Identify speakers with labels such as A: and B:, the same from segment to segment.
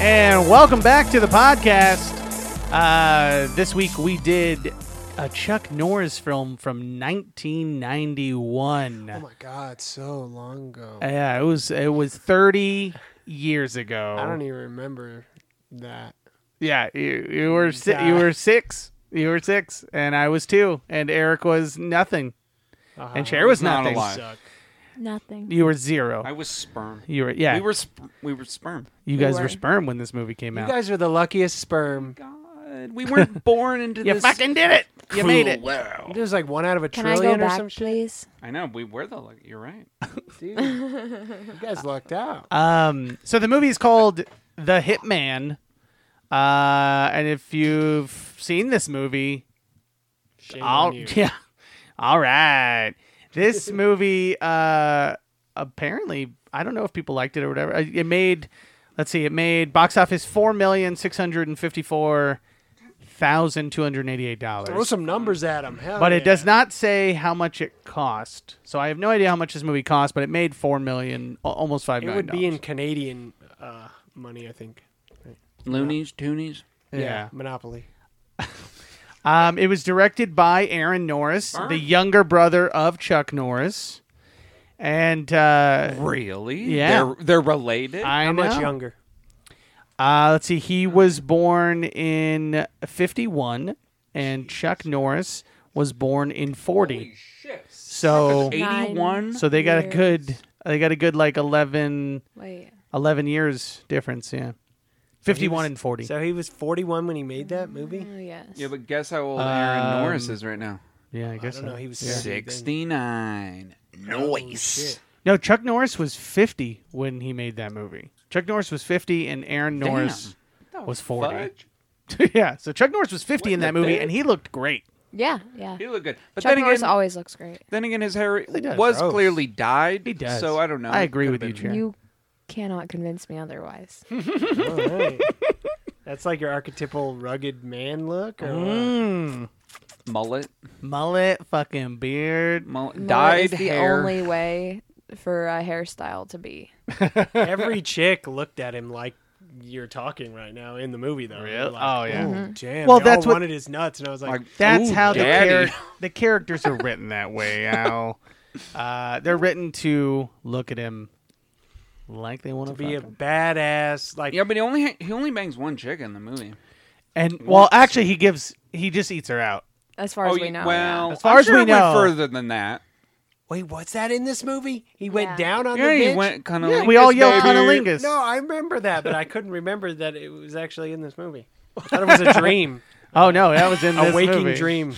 A: And welcome back to the podcast. Uh, this week we did a Chuck Norris film from 1991.
B: Oh my god, so long ago.
A: yeah, it was it was 30 years ago.
B: I don't even remember that.
A: yeah, you, you were si- you
B: God.
A: were six. You were six, and I was two, and Eric was nothing, and Cher was
C: Not
A: nothing.
C: alive.
D: Nothing.
A: You were zero.
C: I was sperm.
A: you were yeah.
C: We were sp- we were sperm.
A: you guys
D: we
A: were.
D: were.
A: sperm when this movie came
B: You
A: out.
B: guys are the luckiest sperm.
C: God, we weren't born into
A: you
C: this.
A: fucking did it. You
C: cruel
A: made it.
C: world.
B: There's like one out of a
D: Can I go
B: trillion or
D: back,
B: some shit.
D: please?
C: I know we were the. lucky- You're right.
B: Dude, you guys lucked out.
A: Um, so the movie is called The Hitman. Uh, and if you've seen this movie,
B: Shame
A: all
B: on you.
A: yeah, all right. This movie, uh, apparently, I don't know if people liked it or whatever. Uh, It it made, let's see, it made box office four million six hundred and fifty-four thousand two hundred eighty-eight
B: Throw
A: dollars.
B: some numbers at him.
A: But it does not say how much it cost. So I have no idea how much this movie cost, but it made four million, al- almost five
B: It
A: million.
B: would be in Canadian uh, money, I think.
C: Loonies, toonies.
A: yeah.
B: Monopoly.
A: Um, it was directed by Aaron Norris,
C: Burn.
A: the younger brother of Chuck Norris, and uh,
C: Really?
A: Yeah.
C: They're they're related.
A: I
B: How
A: know.
B: much younger?
A: Uh, let's see. He was born in '51, and Chuck Norris was born in '40. So,
D: Nine.
C: Eighty-one.
A: so they got a
D: years.
A: good, they got a good like 11,
D: Wait.
A: 11 years difference. Yeah, '51
B: was-
A: and '40.
B: So he was 41 when he made that movie?
D: Oh yes.
C: yeah, but guess how old Aaron Norris is right now?
A: um, yeah, I
B: I
A: guess.
B: don't
A: so.
B: know. He was 30 then.
C: Sixty-nine. Noise.
B: shit.
A: No, Chuck Norris was 50 when he made that movie. Chuck Norris was 50, and Aaron Norris was 40.
C: Fudge.
A: yeah, so Chuck Norris was 50 in
C: What
A: that
C: the
A: movie,
C: fuck?
A: and he looked great.
D: Yeah. Yeah.
C: He looked good, but
D: Chuck
C: then
D: Norris
C: again,
D: always looks great.
C: then again, his hair
A: does.
C: was
B: Gross.
C: clearly dyed.
A: He does.
C: So I don't know.
A: I agree with
C: Could've
A: you,
C: been-
A: Chair.
D: You cannot convince me otherwise.
C: Hmm,
B: All right. That's like your archetypal rugged man look? Or what?
A: Mm,
C: Mullet,
A: mullet, fucking beard.
C: mullet,
D: Mullet
C: dyed
D: is the
C: hair.
D: only way for a hairstyle to be.
B: Every chick looked at him like you're talking right now in the movie, though.
A: Really?
B: Like,
A: Oh, yeah.
B: Damn.
A: Well,
B: Well,
A: that's
B: that's
A: what-
B: wanted his nuts, and I was like,
C: Like,
A: That's
C: ooh,
A: how the,
C: daddy.
A: char- the characters are written that way, Al. Uh, they're written to look at him like they want to
B: be a
A: him.
B: badass. Like,
C: Yeah, but he only ha- he only bangs one chick in the movie.
A: And, well, actually, he gives, he just eats her out.
D: As far as
C: you-
D: we know.
C: Oh, well,
A: As far
C: I'm
A: as
C: sure
A: we
C: it went
A: know.
C: further than that.
B: wait, what's that in this movie? He
D: Yeah.
B: went down on
C: Yeah,
B: the
C: he
B: bitch.
C: went kind of.
A: Yeah, we all yelled cunnilingus.
B: No, I remember that, but I couldn't remember that it was actually in this movie. I thought it was a dream,
A: Oh, no, that was in
B: a
A: this
B: waking
A: movie.
B: dream.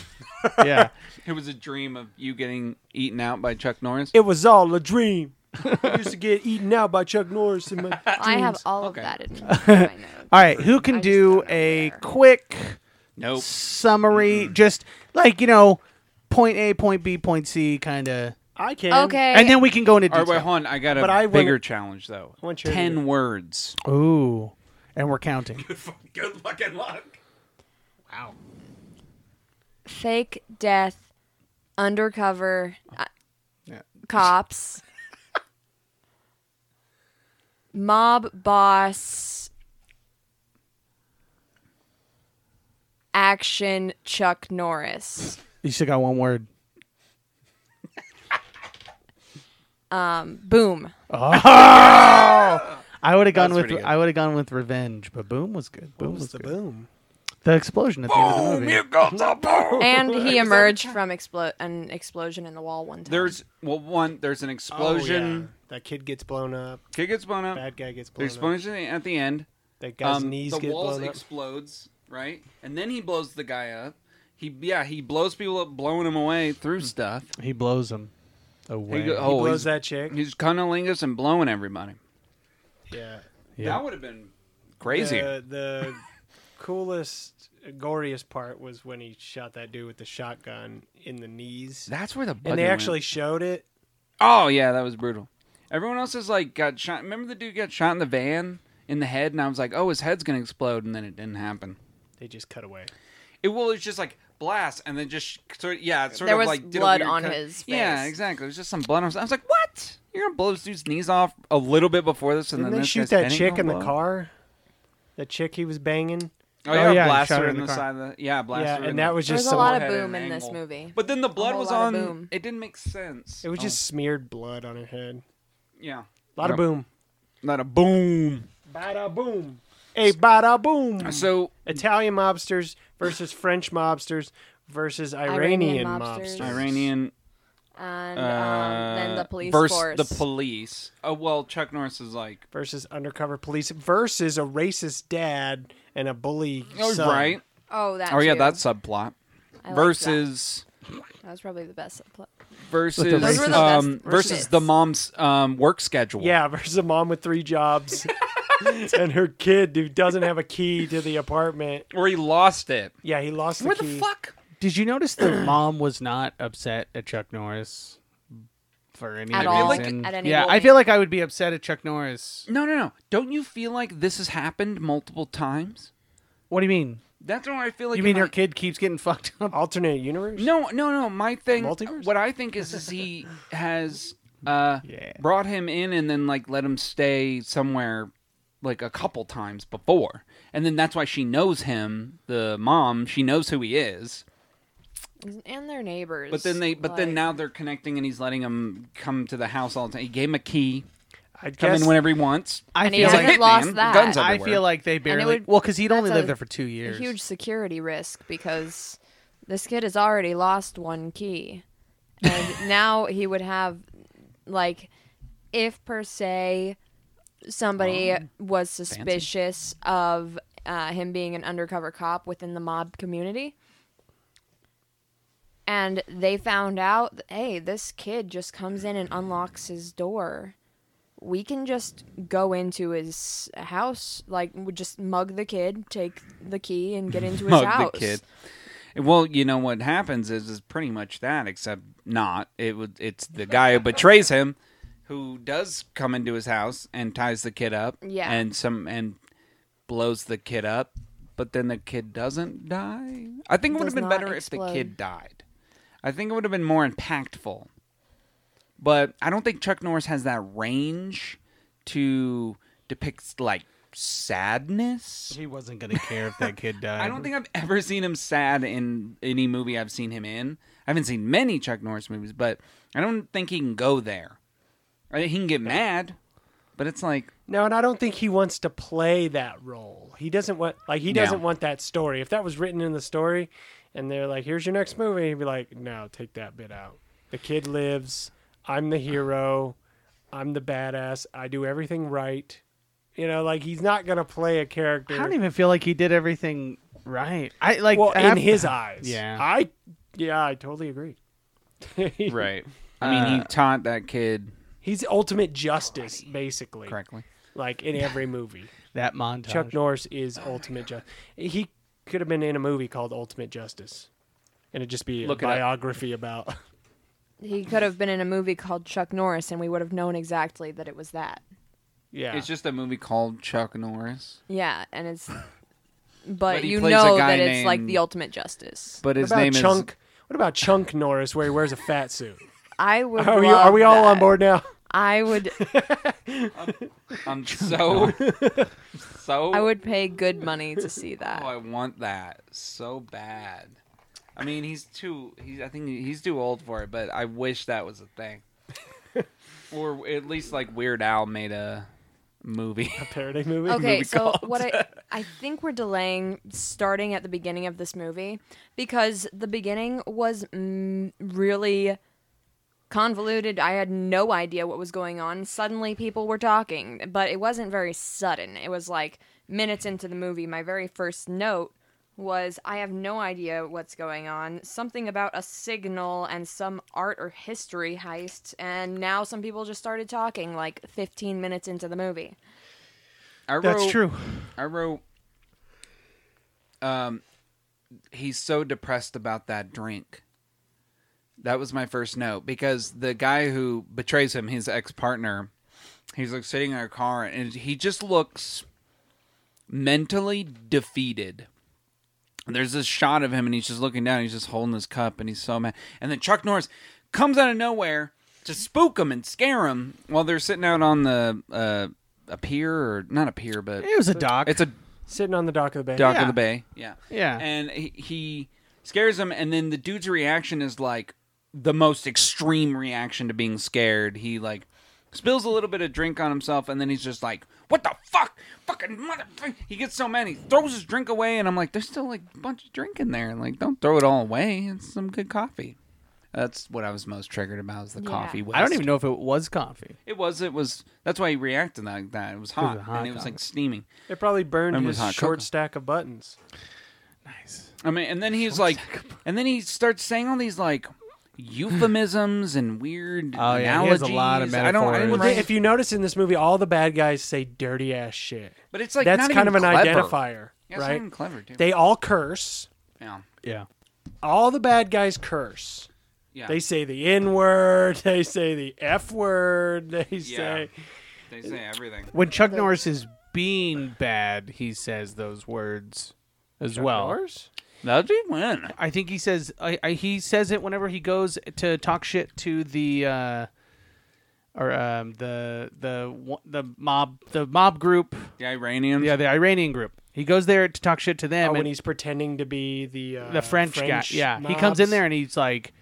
A: Yeah.
C: It was a dream of you getting eaten out by Chuck Norris.
B: It was all a dream. I used to get eaten out by Chuck Norris in my
D: I have all
C: Okay.
D: of that in my notes.
A: All right, who
D: I
A: can
D: just
A: do
D: don't know
A: a
D: where.
A: quick
C: nope.
A: summary, just like you know, point A, point B, point C, kind of,
B: I can.
D: Okay.
A: and then we can go into
C: All right,
A: detail.
C: wait, hold on. I got a
B: But I
C: bigger
B: wanna-
C: challenge though.
B: I want you to do
C: Ten words.
A: Ooh, and we're counting.
C: Good fucking luck.
D: Fake death, undercover uh,
A: Yeah.
D: cops, mob boss, action Chuck Norris,
A: You still got one word.
D: boom.
A: I would have gone
C: was
A: with
C: pretty good.
A: I would have gone with revenge, but Boom was good. Boom was,
B: What's the
A: good.
B: boom?
A: The explosion at the end of the movie.
C: Here comes a ball.
D: And he emerged from explo- an explosion in the wall one time.
C: There's well, one. There's an explosion.
B: Oh, That kid gets blown up.
C: Kid gets blown up.
B: Bad guy gets
C: The
B: blown up.
C: explosion at the end.
B: That guy's
C: um,
B: knees
C: the
B: get
C: walls
B: blown up.
C: explodes, right? And then he blows the guy up. He yeah, he blows people up, blowing him away through stuff.
A: He blows him away.
C: go-
B: he
C: oh,
B: blows
C: he's-
B: that chick.
C: He's cunnilingus and blowing everybody.
B: Yeah.
A: Yeah.
C: That would have been crazy.
B: The, the coolest, goriest part was when he shot that dude with the shotgun in the knees.
C: That's where the bugger
B: and they
C: went.
B: actually showed it.
C: Oh yeah, that was brutal. Everyone else is like got shot. Remember the dude got shot in the van in the head, and I was like, oh, his head's gonna explode, and then it didn't happen.
B: They just cut away.
C: It well, it's just like blast, and then just sort of, yeah, it sort
D: There
C: of
D: was
C: like did a
D: blood
C: weird
D: on
C: cut.
D: his
C: Yeah,
D: face.
C: exactly. It was just some blood. on his- I was like, what? You're gonna blow this dude's knees off a little bit before this, and
B: Didn't
C: then
B: they
C: this
B: shoot
C: guy's
B: that
C: head ain't
B: chick
C: gonna
B: in the
C: blow?
B: car? the chick he was banging.
C: Oh,
A: Oh,
C: yeah,
A: yeah, shot
C: blaster
A: her
C: in
A: in
C: the,
A: the car.
C: side of the yeah, blaster.
B: yeah,
C: in
B: and
C: the-
B: that was
D: There's
B: just
D: a
B: so.
D: lot
C: at
D: of
C: an
D: boom in this
C: angle.
D: movie.
C: But then the blood
D: whole
C: was
D: lot
C: on.
D: of boom.
C: It didn't make sense.
B: It was
C: Oh,
B: just smeared blood on her head.
C: yeah,
B: A lot of
C: Yeah.
B: boom.
C: not a boom.
B: Bada boom. Hey, bada boom.
C: So
B: Italian mobsters versus French mobsters versus Iranian,
D: Iranian
B: mobsters.
D: mobsters.
C: Iranian
D: And
C: uh,
D: um, then the police
C: versus
D: force.
C: the police. Oh well, Chuck Norris is like
B: versus undercover police versus a racist dad and a bully
C: oh,
B: son.
C: right.
D: oh, that.
C: Oh yeah,
D: too.
C: that subplot
D: I liked that.
C: versus
D: That was probably the best. pl-
C: versus
A: Those were
D: the best
C: um, versus
D: bits.
C: the mom's um, work schedule.
B: Yeah, versus a mom with three jobs and her kid who doesn't have a key to the apartment.
C: or he lost it.
B: Yeah, he lost the
C: Where
B: key.
C: the fuck?
A: Did you notice the mom was not upset at Chuck Norris for any
D: At
A: reason?
D: all. At any
A: yeah, I
D: moment.
A: feel like I would be upset at Chuck Norris.
C: No, no, no. Don't you feel like this has happened multiple times?
A: What do you mean?
C: That's where I feel like
A: You mean
C: in
A: her
C: my-
A: kid keeps getting fucked up?
B: Alternate universe?
C: No, no, no. My thing,
B: Multiverse?
C: what I think is, is he has uh,
A: Yeah.
C: brought him in and then like let him stay somewhere like a couple times before, and then that's why she knows him. The mom, she knows who he is,
D: And their neighbors.
C: but then they, but then
D: like-
C: now they're connecting, and he's letting him come to the house all the time. He gave him a key,
B: I'd
C: come
B: guess
C: in whenever he wants.
A: I
D: And he
A: feel
D: hasn't
A: like
C: Hitman,
D: lost that.
C: Guns
A: I
C: everywhere.
A: feel like they barely.
D: would-
A: well, because he'd only
D: that's
A: lived
D: a-
A: there for two
D: a
A: years.
D: huge security risk because this kid has already lost one key. And now he would have, like, if per se somebody was suspicious of uh, him being an undercover cop within the mob community. And they found out, that, hey, this kid just comes in and unlocks his door we can just go into his house, like we just mug the kid, take the key, and get into his
C: Mug
D: house.
C: the kid. Well, you know what happens is is pretty much that, except not. It would it's the guy who betrays him, who does come into his house and ties the kid up.
D: Yeah.
C: and some and blows the kid up, but then the kid doesn't die. I think it would have been
D: Does not
C: better if the
D: explode.
C: kid died. I think it would have been more impactful. But I don't think Chuck Norris has that range to depict like sadness.
A: He wasn't gonna care if that kid died.
C: I don't think I've ever seen him sad in any movie I've seen him in. I haven't seen many Chuck Norris movies, but I don't think he can go there. I think he can get mad, but it's like
B: No, and I don't think he wants to play that role. He doesn't want like he doesn't
C: No.
B: want that story. If that was written in the story and they're like, Here's your next movie, he'd be like, No, take that bit out. The kid lives, I'm the hero, I'm the badass, I do everything right. You know, like he's not gonna play a character
A: I don't even feel like he did everything right. I like
B: well
A: I
B: in
A: have-
B: his eyes.
A: Yeah.
B: I yeah, I totally agree.
C: right. I mean, he taught that kid
B: He's ultimate justice, basically.
C: correctly.
B: Like in every movie.
A: that montage.
B: Chuck Norris is Ultimate Justice. He could have been in a movie called Ultimate Justice, and it'd just be
C: Look it
B: a
C: up.
B: biography about.
D: He could have been in a movie called Chuck Norris, and we would have known exactly that it was that.
B: Yeah,
C: It's just a movie called Chuck Norris,
D: Yeah, and it's, but,
C: he
D: you
C: plays a
D: know
C: guy
D: that it's like
C: named-
D: the ultimate justice.
C: but
B: what
C: his
B: about
C: name
B: Chunk?
C: is
B: What about Chunk Norris, where he wears a fat suit?
D: I would.
B: Are we
D: love
B: are we all on
D: that.
B: board now?
D: I would.
C: I'm so so.
D: I would pay good money to see that.
C: Oh, I want that so bad. I mean, he's too. He's. I think he's too old for it. But I wish that was a thing, or at least like Weird Al made a movie.
B: Parody movie.
D: Okay,
C: movie
D: so
C: called.
D: what I I think we're delaying starting at the beginning of this movie because the beginning was mm, really convoluted. I had no idea what was going on. Suddenly people were talking, but it wasn't very sudden. It was like minutes into the movie. My very first note was I have no idea what's going on. Something about a signal and some art or history heist, and now some people just started talking like 15 minutes into the movie.
C: I wrote,
A: That's true.
C: I wrote. Um, he's so depressed about that drink. That was my first note because the guy who betrays him, his ex partner, he's like sitting in a car and he just looks mentally defeated. There's this shot of him and he's just looking down. He's just holding his cup and he's so mad. And then Chuck Norris comes out of nowhere to spook him and scare him while they're sitting out on the uh, a pier or not a pier, but
A: It was a doc.
C: it's a
B: sitting on the dock of the bay.
C: Dock
A: Yeah.
C: of the Bay. Yeah.
A: Yeah.
C: And he, he scares him, and then the dude's reaction is like the most extreme reaction to being scared. He like spills a little bit of drink on himself, and then he's just like, "What the fuck, fucking motherfucker!" He gets so mad, he throws his drink away, and I'm like, "There's still like a bunch of drink in there. Like, don't throw it all away. It's some good coffee." That's what I was most triggered about is the
D: Yeah.
C: coffee. Waste.
A: I don't even know if it was coffee.
C: It was. It was. That's why he reacted like that. It was hot,
A: hot
C: and it was
A: coffee.
C: like steaming.
B: It probably burned
C: Mine
B: his
C: was hot
B: short
C: cocoa.
B: stack of buttons.
A: Nice.
C: I mean, and then he's like, and then he starts saying all these like euphemisms and weird
A: Oh, yeah, he has
C: analogies.
A: a lot of
C: I don't. I didn't
A: metaphors.
B: Well,
A: Right.
B: they- if you notice in this movie, all the bad guys say dirty ass shit.
C: but it's like
B: That's
C: not
B: kind of
C: even
B: an
C: clever.
B: identifier,
C: Yeah, it's not
B: right?
C: even clever, dude.
B: They all curse.
C: yeah.
A: Yeah.
B: All the bad guys curse.
C: Yeah.
B: They say the N word. They say the F word. They say
C: They say everything.
A: When Chuck Norris is being bad, he says those words as well.
B: Norris?
C: That'd be win.
A: I think he says I, I, he says it whenever he goes to talk shit to the uh, or um, the the wa- the mob the mob group
C: The Iranians.
A: yeah the Iranian group. He goes there to talk shit to them
B: Oh, when
A: and
B: he's pretending to be the uh,
A: the French, guy. Yeah, he comes in
B: mobs.
A: there and he's like,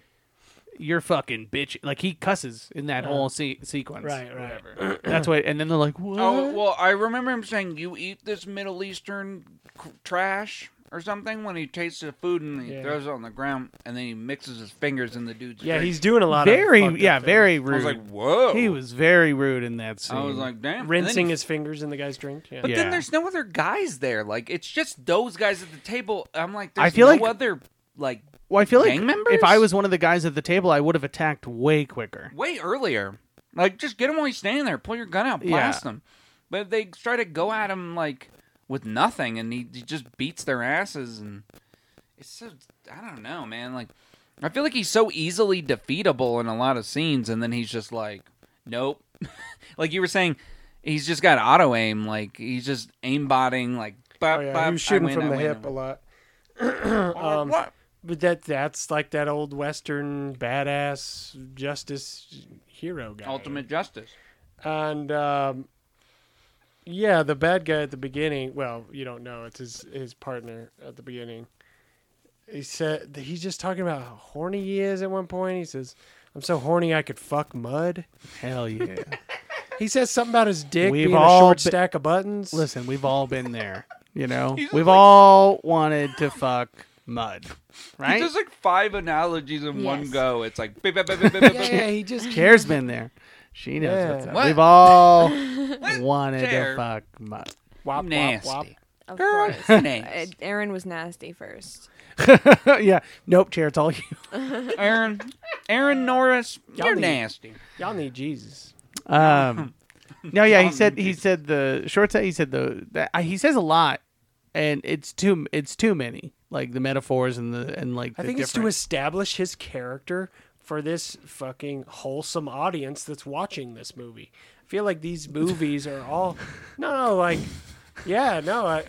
A: "You're fucking bitch." Like he cusses in that whole se- sequence.
B: Uh-huh. Right, right.
A: That's what. And then they're like, "What?"
C: Oh well, I remember him saying, "You eat this Middle Eastern c- trash." Or something when he tastes the food and he
B: Yeah.
C: throws it on the ground and then he mixes his fingers in the dude's
B: Yeah,
C: drink.
B: he's doing a lot
A: very
B: of fucked up
A: yeah,
B: things.
A: very
C: I
A: rude.
C: was like, whoa.
A: he was very rude in that scene.
C: I was like, damn. And then he
B: rinsing his fingers in the guy's drink. Yeah.
A: But
C: But
A: Yeah.
C: then there's no other guys there. Like it's just those guys at the table. I'm like,
A: I
C: there's
A: feel
C: no
A: like-
C: other like
A: Well, I feel like
C: Gang members?
A: if I was one of the guys at the table, I would have attacked way quicker.
C: way earlier. Like just get him while he's standing there. Pull your gun out, blast him. But if they try to go at him like with nothing, and he, he just beats their asses, and it's so I don't know, man. Like I feel like he's so easily defeatable in a lot of scenes, and then he's just like, nope. like you were saying, he's just got auto aim. Like he's just aimbotting. Like bop,
B: Oh, yeah,
C: bop,
B: he
C: I
B: was shooting
C: win, I
B: from the
C: win, I
B: hip a
C: win.
B: lot.
C: Or
B: Um,
C: what?
B: But that that's like that old western badass justice hero guy.
C: Ultimate Justice.
B: And um, yeah, the bad guy at the beginning. Well, you don't know it's his his partner at the beginning. He said he's just talking about how horny he is at one point. He says, "I'm so horny I could fuck mud."
A: Hell yeah!
B: He says something about his dick
A: We've
B: being
A: all
B: a short
A: been-
B: stack of buttons.
A: Listen, we've all been there. You know,
C: He's just
A: we've
C: like-
A: all wanted to fuck mud, right?
C: There's like five analogies in one
D: Yes.
C: go. It's like bip, bip, bip, bip, bip,
B: yeah,
C: bip,
B: yeah, he just
A: Care's been there. She knows
B: Yeah.
A: what's up.
C: What?
A: We've all wanted to
C: Care?
A: fuck mud.
B: wop, wop, wop.
C: bip. nasty.
D: Of
C: Girl,
D: course. Uh,
C: nasty.
D: Aaron was nasty first.
A: yeah. Nope, chair. It's all you.
C: Aaron, Aaron Norris,
B: Y'all
C: you're
B: need-
C: nasty.
B: Y'all need Jesus.
A: Um, no, yeah, he said he said the short set. He said the, the I- he says a lot, and it's too it's too many like the metaphors and the and like
B: I
A: the
B: think it's to
A: different-
B: establish his character for this fucking wholesome audience that's watching this movie. I feel like these movies are all no, no, like yeah, no, I,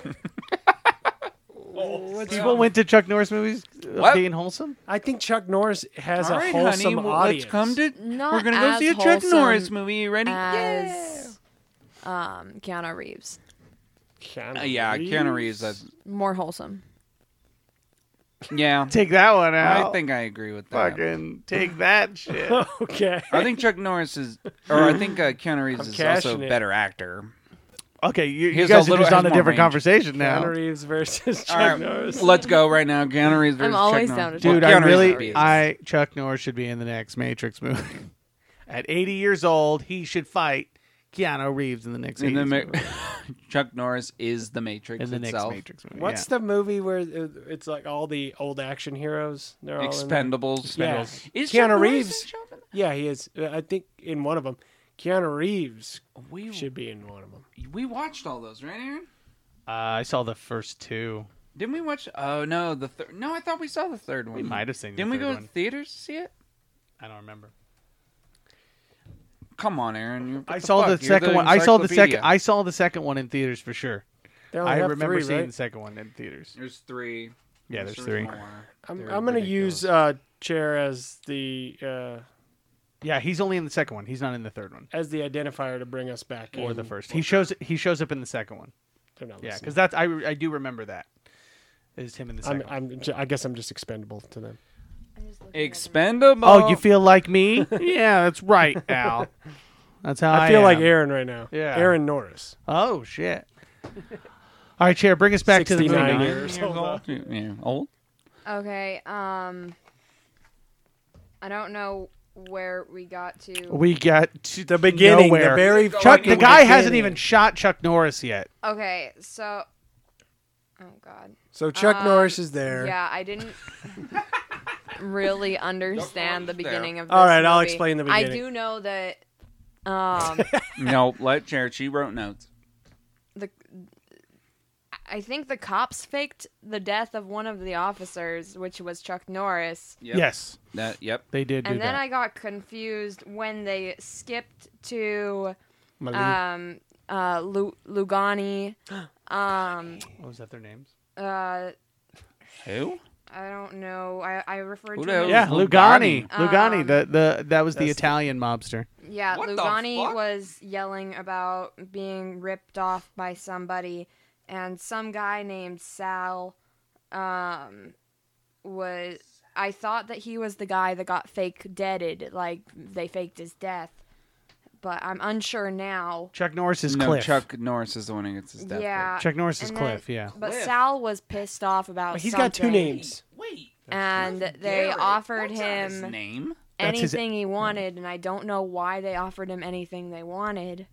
A: people went to Chuck Norris movies uh,
C: What?
A: being wholesome.
B: I think Chuck Norris has
C: All right,
B: a wholesome
C: honey, well,
B: audience.
C: let's come to.
D: Not
C: we're gonna go
D: as
C: see a Chuck
D: wholesome
C: Norris movie. You ready?
D: As um, Keanu Reeves,
B: Keanu
C: Yeah. Uh, yeah, Keanu Reeves. uh,
D: more wholesome.
C: yeah,
A: Take that one out.
C: I think I agree with that.
A: fucking take that shit.
B: Okay.
C: I think Chuck Norris is, or I think uh, Keanu Reeves
B: I'm
C: is also
B: cashing
C: a
B: it.
C: better actor.
A: okay, you, you
C: Here's
A: guys are
C: a little-
A: just on a
C: has more
A: different
C: range.
A: conversation now.
B: Keanu Reeves versus Chuck
C: All right,
B: Norris.
C: let's go right now. Keanu Reeves versus
D: always
C: Chuck
D: down to
C: Norris.
D: talk
A: Dude,
D: Well,
A: I
D: Keanu Reeves
A: really,
D: is-
A: I Chuck Norris should be in the next Matrix movie. At 80 years old, he should fight Keanu Reeves in the next.
C: In the
A: 80s
C: Ma-
A: movie.
C: Chuck Norris is the Matrix
A: in the next
C: itself.
A: Matrix movie.
B: What's
A: yeah.
B: the movie where it- it's like all the old action heroes?
A: Oh,
B: They're all in there?
C: Expendables.
B: Yeah.
C: Is Chuck
B: Keanu
C: Norris
B: Reeves.
C: in Chuck-
B: Yeah, he is. Uh, I think in one of them, Keanu Reeves
C: We
B: should be in one of them.
C: we watched all those, right, Aaron?
A: Uh, I saw the first two.
C: Didn't we watch? Oh no, the third. No, I thought we saw the third one.
A: We might have seen. The
C: Didn't we
A: third
C: go to
A: one.
C: theaters to see it?
A: I don't remember.
C: Come on, Aaron. you- what
A: I saw
C: fuck?
A: the
C: You're
A: second one. I saw the second.
C: encyclopedia.
A: I saw the second one in theaters for sure.
B: They only
A: I
B: have
A: remember
B: three,
A: seeing
B: right?
A: the second one in theaters.
C: There's three.
A: Yeah, there's three.
C: more.
B: I'm,
C: They're
B: I'm gonna
C: ridiculous.
B: use uh, chair as the uh,
A: Yeah, he's only in the second one. He's not in the third one
B: as the identifier to bring us back.
A: or
B: in.
A: the first. He shows. He shows up in the second one.
B: They're not
A: Yeah,
B: listening.
A: because that's I, I do remember that. Is him in the
B: I'm,
A: second? one.
B: I'm, j- I guess I'm just expendable to them.
C: Expendable.
A: oh, you feel like me? yeah, that's right, Al. That's how I,
B: I feel like
A: am.
B: Aaron right now.
A: Yeah.
B: Aaron Norris.
A: Oh shit! All right, chair, bring us back to the movie.
B: 69
C: nine
B: years old.
C: Yeah, old.
D: Okay. Um, I don't know where we got to.
A: We got to the
B: Beginning,
A: Nowhere.
B: the very
A: Chuck, the
B: fucking
A: guy hasn't
B: beginning.
A: even shot Chuck Norris yet.
D: okay, so. Oh God.
B: So Chuck
D: Um,
B: Norris is there.
D: Yeah, I didn't really understand the
C: Norris is there.
D: beginning of. This
B: All right, I'll
D: movie.
B: explain the
D: I
B: beginning.
D: do know that. Um,
C: no, let Jared. She wrote notes.
D: the I think the cops faked the death of one of the officers, which was Chuck Norris.
C: Yep.
A: Yes,
C: That. Yep.
A: they did. do
D: And then
A: that.
D: I got confused when they skipped to
B: Malik.
D: um uh Lu- Lugani um
A: What was that? Their names?
D: uh
C: Who?
D: I don't know. I I referred
C: Who
D: to
C: the
D: him
C: hell-
D: as-
A: Yeah, Lugani.
C: Lugani.
A: Lugani,
D: Um,
A: the, the that was the
B: That's the-
A: Italian mobster.
D: Yeah,
C: What the
D: Lugani
C: fuck?
D: was yelling about being ripped off by somebody, and some guy named Sal um, was. I thought that he was the guy that got fake deaded, like they faked his death, but I'm unsure now.
A: Chuck Norris is
C: no,
A: Cliff.
C: Chuck Norris is the one who gets his death.
D: yeah,
A: Chuck Norris is
D: and then-
A: Cliff. Yeah.
D: But
C: Cliff.
D: Sal was pissed off about.
B: He's got two
D: something,
B: names.
C: Wait.
D: and they offered him
C: name.
A: That's his-
D: anything he wanted, and I don't know why they offered him anything they wanted.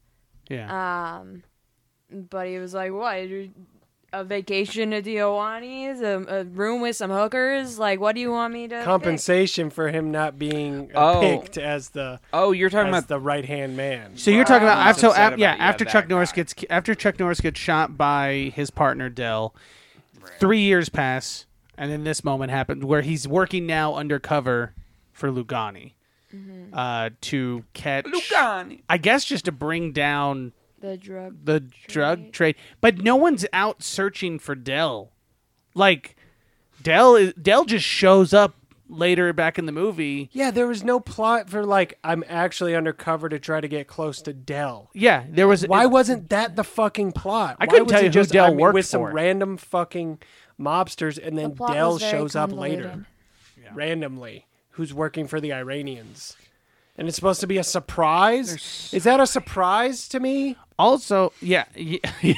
A: Yeah.
D: Um, but he was like, "What? A vacation to Tijuana's, a, a room with some hookers? Like, what do you want me to pick?"
B: Compensation for him not being uh,
C: Oh.
B: picked as the
C: Oh, you're talking
B: as
C: about
B: the right hand man.
A: so you're talking about
C: Brian's
A: after so
C: upset
A: af- yeah
C: about- yeah,
A: after
C: that
A: Chuck Norris
C: guy.
A: gets after Chuck Norris gets shot by his partner Dell, three years pass, and then this moment happens where he's working now undercover for Lugani uh, to catch
C: Lugani.
A: I guess just to bring down
D: the drug?
A: the drug trade, but no one's out searching for Dell. Like Dell is Dell just shows up later back in the movie.
B: Yeah, there was no plot for like I'm actually undercover to try to get close to Dell.
A: Yeah, there was
B: Why wasn't that the fucking plot?
A: I
B: Why
A: couldn't
B: was
A: tell
B: it
A: you who
B: just,
A: Dell
B: I'm
A: worked
B: with some
A: for.
B: random fucking mobsters, and
D: The
B: then
D: plot
B: Dell
D: was very
B: shows up later
D: convoluted.
B: randomly, who's working for the Iranians, and it's supposed to be a surprise. Is that a surprise to me?
A: also yeah, yeah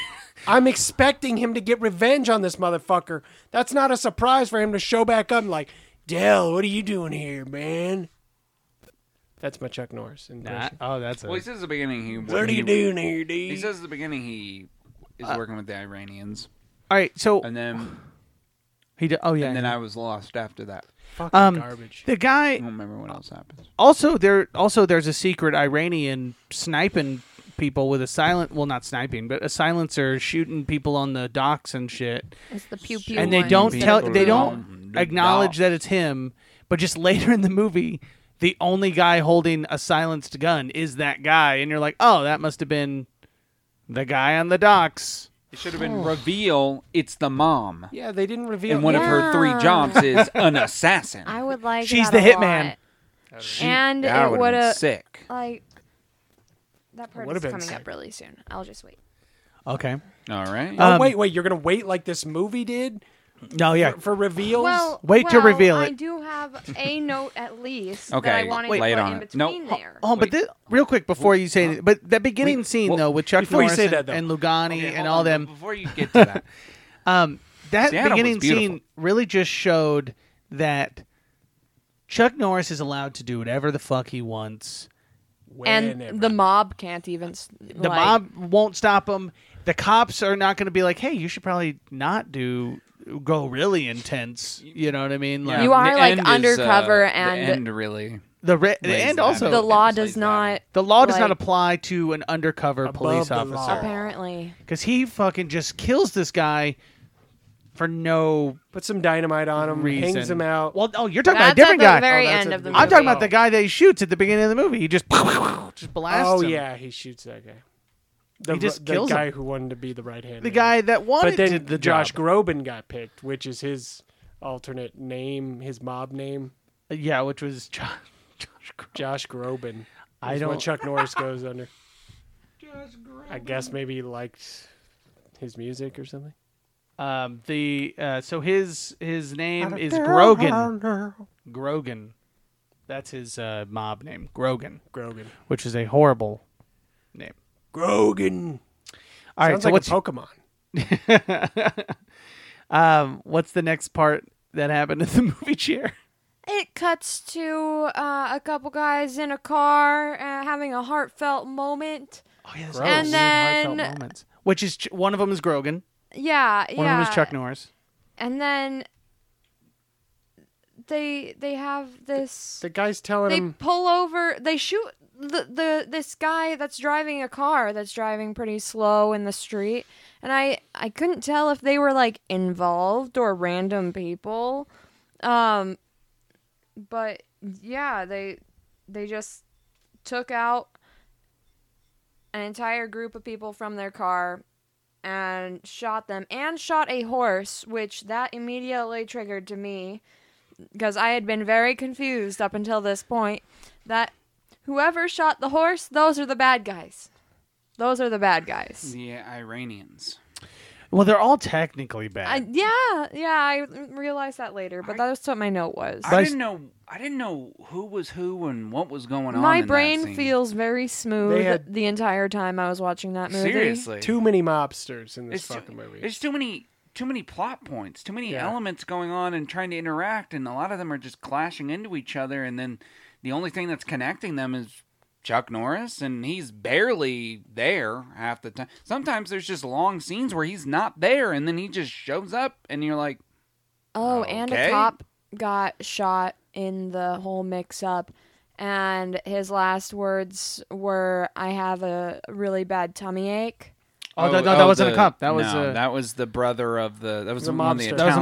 B: I'm expecting him to get revenge on this motherfucker. That's not a surprise for him to show back up and like, Dell, what are you doing here, man? That's my Chuck Norris
A: Nah,
B: impression.
A: oh that's
C: Well, he
A: a,
C: says at the beginning he.
B: What are
C: he,
B: you doing here,
C: He
B: dude?
C: says at the beginning he is working with the Iranians,
A: all right. So
C: and then
A: he did, oh yeah.
C: and then I was lost after that.
B: Fucking
A: um,
B: garbage.
A: the
C: I
A: guy
C: don't remember what else happened.
A: also there also there's a secret Iranian sniping people with a silent well not sniping but a silencer shooting people on the docks and shit.
D: It's the pew pew.
A: and they
D: one.
A: don't
C: People
A: tell they don't
C: don't
A: acknowledge
C: know.
A: that it's him but just later in the movie the only guy holding a silenced gun is that guy and you're like oh that must have been the guy on the docks
C: It should have been reveal. It's the mom,
B: Yeah, they didn't reveal.
C: and one of her three
D: Yeah.
C: jobs is an assassin.
D: I would like.
A: She's
D: that
A: the
D: a
A: hitman.
D: lot.
C: She-
D: and
C: that
D: it
C: would've
D: would
C: been
D: have
C: sick.
D: like. That part
B: Would've
D: is
B: been
D: coming
B: sick.
D: up really soon. I'll just wait.
A: okay
C: All right.
B: Oh
A: Um,
B: wait, wait! You're gonna wait like this movie did
A: no yeah
B: for reveals?
D: Well,
A: Wait to
D: well,
A: reveal
D: I
A: it.
D: do have a note at least
C: Okay,
D: that I wanted
C: wait,
D: to
C: lay it
D: put
C: on
D: in
C: it. No,
D: between
C: ho-
D: there.
A: Oh, but this, real quick before you say, but that beginning scene
C: well,
A: though with Chuck
B: before you
A: Norris
B: say
A: and,
B: that, though.
A: and Lugani
C: Okay,
A: and
C: hold
A: all
C: on,
A: them,
C: but Before you get to that,
A: that
C: Seattle was
A: beginning
C: beautiful.
A: scene really just showed that Chuck Norris is allowed to do whatever the fuck he wants.
D: and
B: Whenever.
D: the mob can't even. s-
A: the
D: like,
A: mob won't stop him. The cops are not going to be like, "Hey, you should probably not do go really intense." You know what I mean? Like
D: You are,
C: the
D: like,
C: end is,
D: undercover
C: uh,
D: and-
C: the end really.
A: the re-
C: Raise
A: and
C: that.
A: also
D: the
A: the law,
D: law
C: It's like
D: does
C: that.
D: not.
A: does not
D: like-
A: apply to an undercover
B: Above
A: police
B: the law.
A: officer
D: Apparently,
A: because he fucking just kills this guy for no
B: put some dynamite on him,
A: reason.
B: hangs him out.
A: Well, oh, you're talking about
D: That's
A: a different
D: at
A: guy.
D: the very
B: Oh, that's
D: end
B: at
D: of
B: the
D: the
B: very
D: movie.
A: I'm talking about the guy that he shoots at the beginning of the movie. He just just blasts
B: oh
A: him.
B: yeah, he shoots that guy. The,
A: He just
B: the
A: kills
B: guy
A: him.
B: who wanted to be the right hand.
A: The guy that wanted
B: But then
A: to
B: the Josh Groban got picked, which is his alternate name, his mob name,
A: job. yeah, which was Josh. Josh Groban.
B: Josh Groban.
A: I
B: is what
A: don't-
B: Chuck Norris goes under. I guess maybe he liked his music or something?
A: Um, the uh, so his his name is Grogan. Grogan, that's his uh, mob name, Grogan,
B: Grogan.
A: which is a horrible name.
B: Grogan.
A: All right,
B: Sounds
A: so
B: like
A: what's
B: a Pokemon.
A: um, what's the next part that happened in the movie chair?
D: It cuts to uh, a couple guys in a car uh, having a heartfelt moment.
A: Oh yeah,
B: Gross. And
D: then-
A: which is Ch- one of them is Grogan,
D: Yeah,
A: one of
D: yeah.
A: them is Chuck Norris.
D: And then they they have this.
B: The guy's telling
D: they
B: him
D: pull over. They shoot the the this guy that's driving a car that's driving pretty slow in the street. And I I couldn't tell if they were like involved or random people. Um, but yeah, they they just took out an entire group of people from their car and shot them and shot a horse which that immediately triggered to me because i had been very confused up until this point that whoever shot the horse those are the bad guys those are the bad guys
C: The Iranians.
A: Well, they're all technically bad.
D: I, yeah yeah i realized that later but that's what my note was
C: I didn't know. I didn't know who was who and what was going on.
D: my
C: in that
D: brain
C: scene.
D: feels very smooth
B: They had-
D: the entire time i was watching that movie
C: seriously
B: too many mobsters in this
C: It's
B: fucking
C: too,
B: movie.
C: There's too many too many plot points, too many
B: Yeah.
C: elements going on and trying to interact, and a lot of them are just clashing into each other. And then the only thing that's connecting them is Chuck Norris, and he's barely there half the time. Sometimes there's just long scenes where he's not there, and then he just shows up, and you're like,
D: Oh, and
C: Okay.
D: a cop got shot in the whole mix up. And his last words were, I have a really bad tummy ache.
A: oh, no, no, that wasn't a
C: the-
A: cop. That was
C: no,
A: a,
C: that was the brother of the that was
B: The
C: one of the
B: mobster.
A: That was a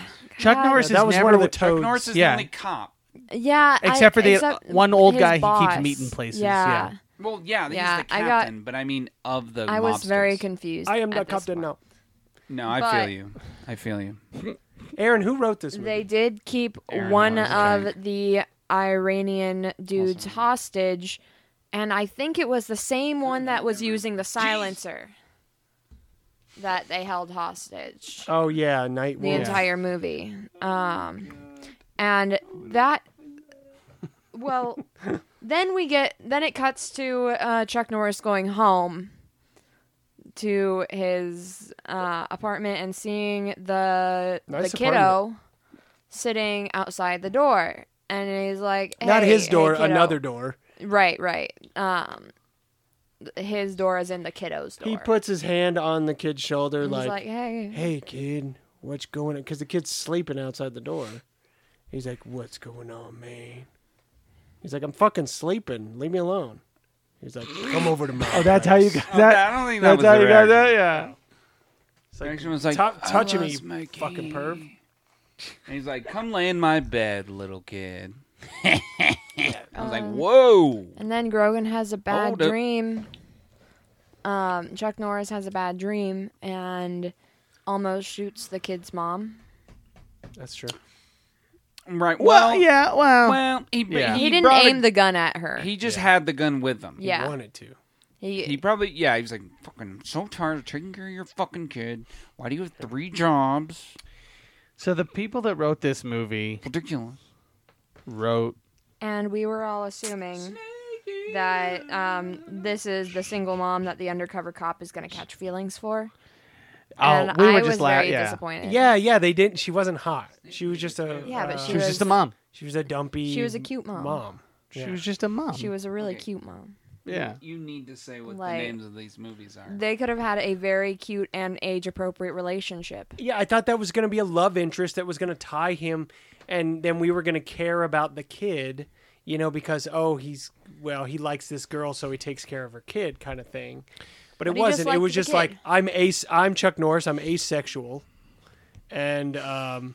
A: mobster.
D: Oh,
A: Chuck
D: God.
A: Norris.
B: Yeah, that
A: is
B: was
A: never
B: one of the
A: with-
B: toads.
D: Oh.
C: Chuck Norris is
A: Yeah.
C: the only cop.
D: yeah. I-
A: Except for the,
D: except
A: uh, one old
D: his
A: guy he keeps
D: boss.
A: meeting places,
D: Yeah.
A: yeah.
C: Well, yeah, he's
D: Yeah,
C: the
D: I
C: captain,
D: got-
C: but I mean of the.
D: I was
C: mobsters.
D: very confused.
B: I am
D: at
B: the
D: this
B: captain
D: point.
B: now.
C: No, I
D: But-
C: feel you. I feel you.
B: Aaron, who wrote this movie?
D: They did keep
C: Aaron
D: one
C: Norris,
D: of
C: Jack.
D: the Iranian dudes hostage. And I think it was the same one that was using the silencer that they held hostage.
B: oh yeah, Night
D: the
B: Wolf.
D: entire movie. Um, and that, well, then we get then it cuts to uh, Chuck Norris going home to his uh, apartment and seeing the
B: Nice
D: the kiddo
B: apartment.
D: sitting outside the door, and he's like,
B: Not
D: "Hey,
B: his
D: hey,
B: door,
D: kiddo."
B: another door.
D: Right, right. Um, th- his door is in the kiddo's door.
B: He puts his hand on the kid's shoulder,
D: He's
B: like,
D: like, "Hey,
B: "Hey, kid, what's going on?" Because the kid's sleeping outside the door. He's like, "What's going on, man?" He's like, "I'm fucking sleeping. Leave me alone." He's like, "Come over to my."
A: Oh, that's how you got
C: I
A: that.
C: don't think that
A: That's
C: was the
A: how you got
C: reaction.
A: that. Yeah.
B: It's like,
C: Jackson was like,
B: "Stop
C: "I
B: touching me,
C: lost my
B: you fucking
C: key."
B: perv."
C: And he's like, "Come lay in my bed, little kid." I was
D: Uh.
C: like, "Whoa!"
D: And then Grogan has a bad
A: Oh,
C: Hold up.
D: dream. Um, Chuck Norris has a bad dream and almost shoots the kid's mom.
B: That's true.
C: Right.
A: Well,
C: Well,
A: yeah. Well,
C: Well, he
A: Yeah.
C: he,
D: He, didn't
C: brought a-
D: aim the gun at her.
C: He just had the gun with him.
D: Yeah.
B: He wanted to.
D: He,
C: He probably yeah. He was like, "Fucking, I'm so tired of taking care of your fucking kid. Why do you have three jobs?
A: so the people that wrote this movie
C: Ridiculous."
A: wrote.
D: and we were all assuming that um, this is the single mom that the undercover cop is going to catch feelings for.
A: Oh,
D: and
A: we were
D: I
A: just
D: was
A: la-
D: very
A: yeah.
D: disappointed.
B: Yeah, yeah, they didn't. She wasn't hot. She was just a.
D: Yeah, but
B: uh,
A: She
D: she
A: was
D: was-
A: just a mom.
B: She was a dumpy.
D: She was a cute mom.
B: Mom.
A: She
B: Yeah.
A: was just a mom.
D: She was a really
C: Okay.
D: cute mom.
A: Yeah.
C: You need to say what
D: Like-
C: the names of these movies are.
D: They could have had a very cute and age appropriate relationship.
B: Yeah, I thought that was going to be a love interest that was going to tie him, and then we were going to care about the kid, you know, because oh, he's well, he likes this girl, so he takes care of her kid, kind of thing. But,
D: But
B: it
D: he just
B: wasn't. It
D: liked
B: was
D: the
B: just
D: kid.
B: like I'm ace. I'm Chuck Norris. I'm asexual, and um,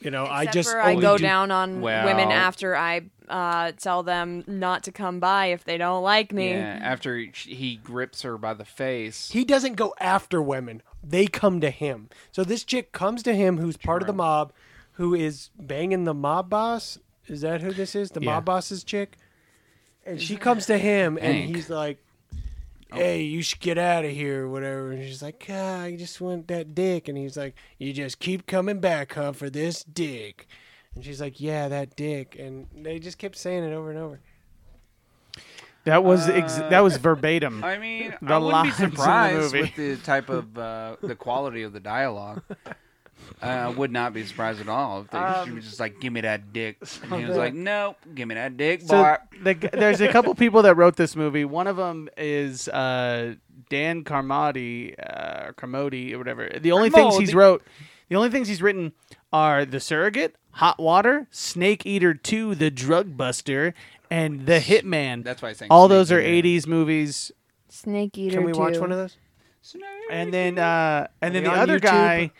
B: you know, I
D: Except
B: just
D: for I
B: only
D: go
B: do-
D: down on
C: Well-
D: women after I uh, tell them not to come by if they don't like me.
C: Yeah. After he- he grips her by the face.
B: He doesn't go after women. They come to him. So this chick comes to him who's part of the mob, who is banging the mob boss. Is that who this is? The
A: Yeah.
B: mob boss's chick? And she comes to him and
C: Hank.
B: he's like hey, you should get out of here, or whatever. And she's like, ah, I just want that dick. And he's like, you just keep coming back, huh, for this dick. And she's like, yeah, that dick. And they just kept saying it over and over.
A: That was ex- that was verbatim.
C: Uh, I mean,
A: The
C: I wouldn't be
A: lines in the
C: surprised
A: movie.
C: with the type of uh, the quality of the dialogue. Uh, I would not be surprised at all if they, she
A: Um,
C: was just like, "Give me that dick," and he was like, "Nope, give me that dick,
A: so
C: Bart."
A: the, g- there's a couple people that wrote this movie. One of them is uh, Dan Carmody, uh, Carmody or whatever. The only things he's
C: Carmody.
A: wrote, the only things he's written are The Surrogate, Hot Water, Snake Eater 2, The Drug Buster, and The Hitman.
C: That's why I sang
A: all
C: Snake
A: those are
C: Eater.
A: 80s movies.
D: Snake Eater.
B: Can we watch
D: two.
B: one of those?
A: And then uh, and then
B: they
A: the
B: on
A: other
B: YouTube?
A: guy,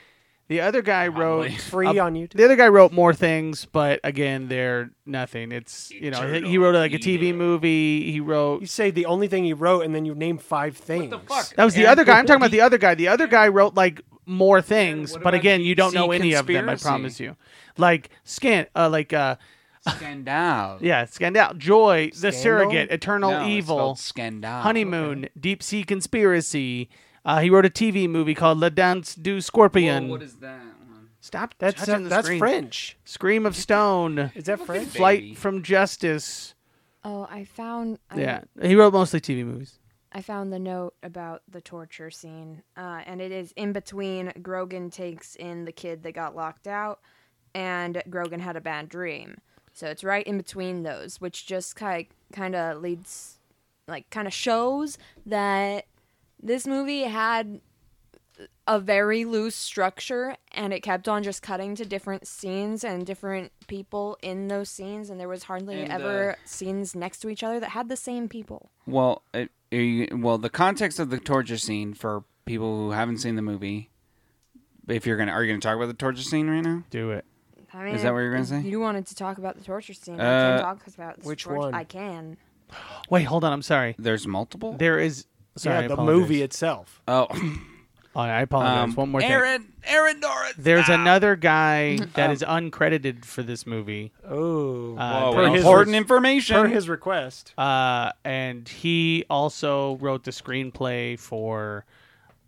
A: the other guy
C: Probably.
A: wrote
B: It's free
A: Uh,
B: on YouTube.
A: The other guy wrote more things, but again, they're nothing. It's you know he- he wrote like a TV movie. He
B: You
A: wrote
B: say the only thing he wrote, and then you name five things.
C: the fuck?
A: that was the
C: Aaron,
A: other guy. I'm talking about the other guy. The other guy wrote like more things,
C: what
A: but
C: about
A: again, you don't
C: the
A: know any of them. I
C: conspiracy?
A: promise you. Like scan, uh, like uh,
C: Scandal.
A: yeah, Scandal, Joy, The
B: Scandal?
A: Surrogate, Eternal
C: No, it's
A: Evil,
C: spelled Scandal.
A: Honeymoon, Deep Sea Conspiracy. Uh, he wrote a TV movie called La Danse du Scorpion.
C: Whoa, what is that? one?
A: Stop
B: That's
A: touching the
B: that's
A: screen.
B: French.
A: Scream of Stone,
B: Is that French?
C: Baby.
A: Flight from Justice.
D: Oh, I found. I,
A: Yeah, he wrote mostly TV movies.
D: I found the note about the torture scene, uh, and it is in between Grogan takes in the kid that got locked out, and Grogan had a bad dream. So it's right in between those, which just ki- kind of leads, like, kind of shows that this movie had a very loose structure and it kept on just cutting to different scenes and different people in those scenes and there was hardly
C: And,
D: ever scenes next to each other that had the same people
C: Well, it, are you, well, the context of the torture scene for people who haven't seen the movie. If you're gonna, are you gonna talk about the torture scene right now?
A: Do it.
D: I mean,
C: Is that what you were gonna say?
D: You wanted to talk about the torture scene. I
C: Uh,
D: can talk about the
B: which
D: torture-
B: one?
D: I can.
A: Wait, hold on. I'm sorry.
C: There's multiple.
A: There is. Sorry, I
B: yeah, the
A: apologize.
B: movie itself.
C: oh,
A: Oh, I apologize.
C: um,
A: One more thing.
C: Aaron, Aaron Norris.
A: There's another guy that is uncredited for this movie,
B: Oh,
A: Uh,
C: Whoa,
A: per his-
C: Ah, important
B: per
C: information.
B: his request.
A: uh, and he also wrote the screenplay for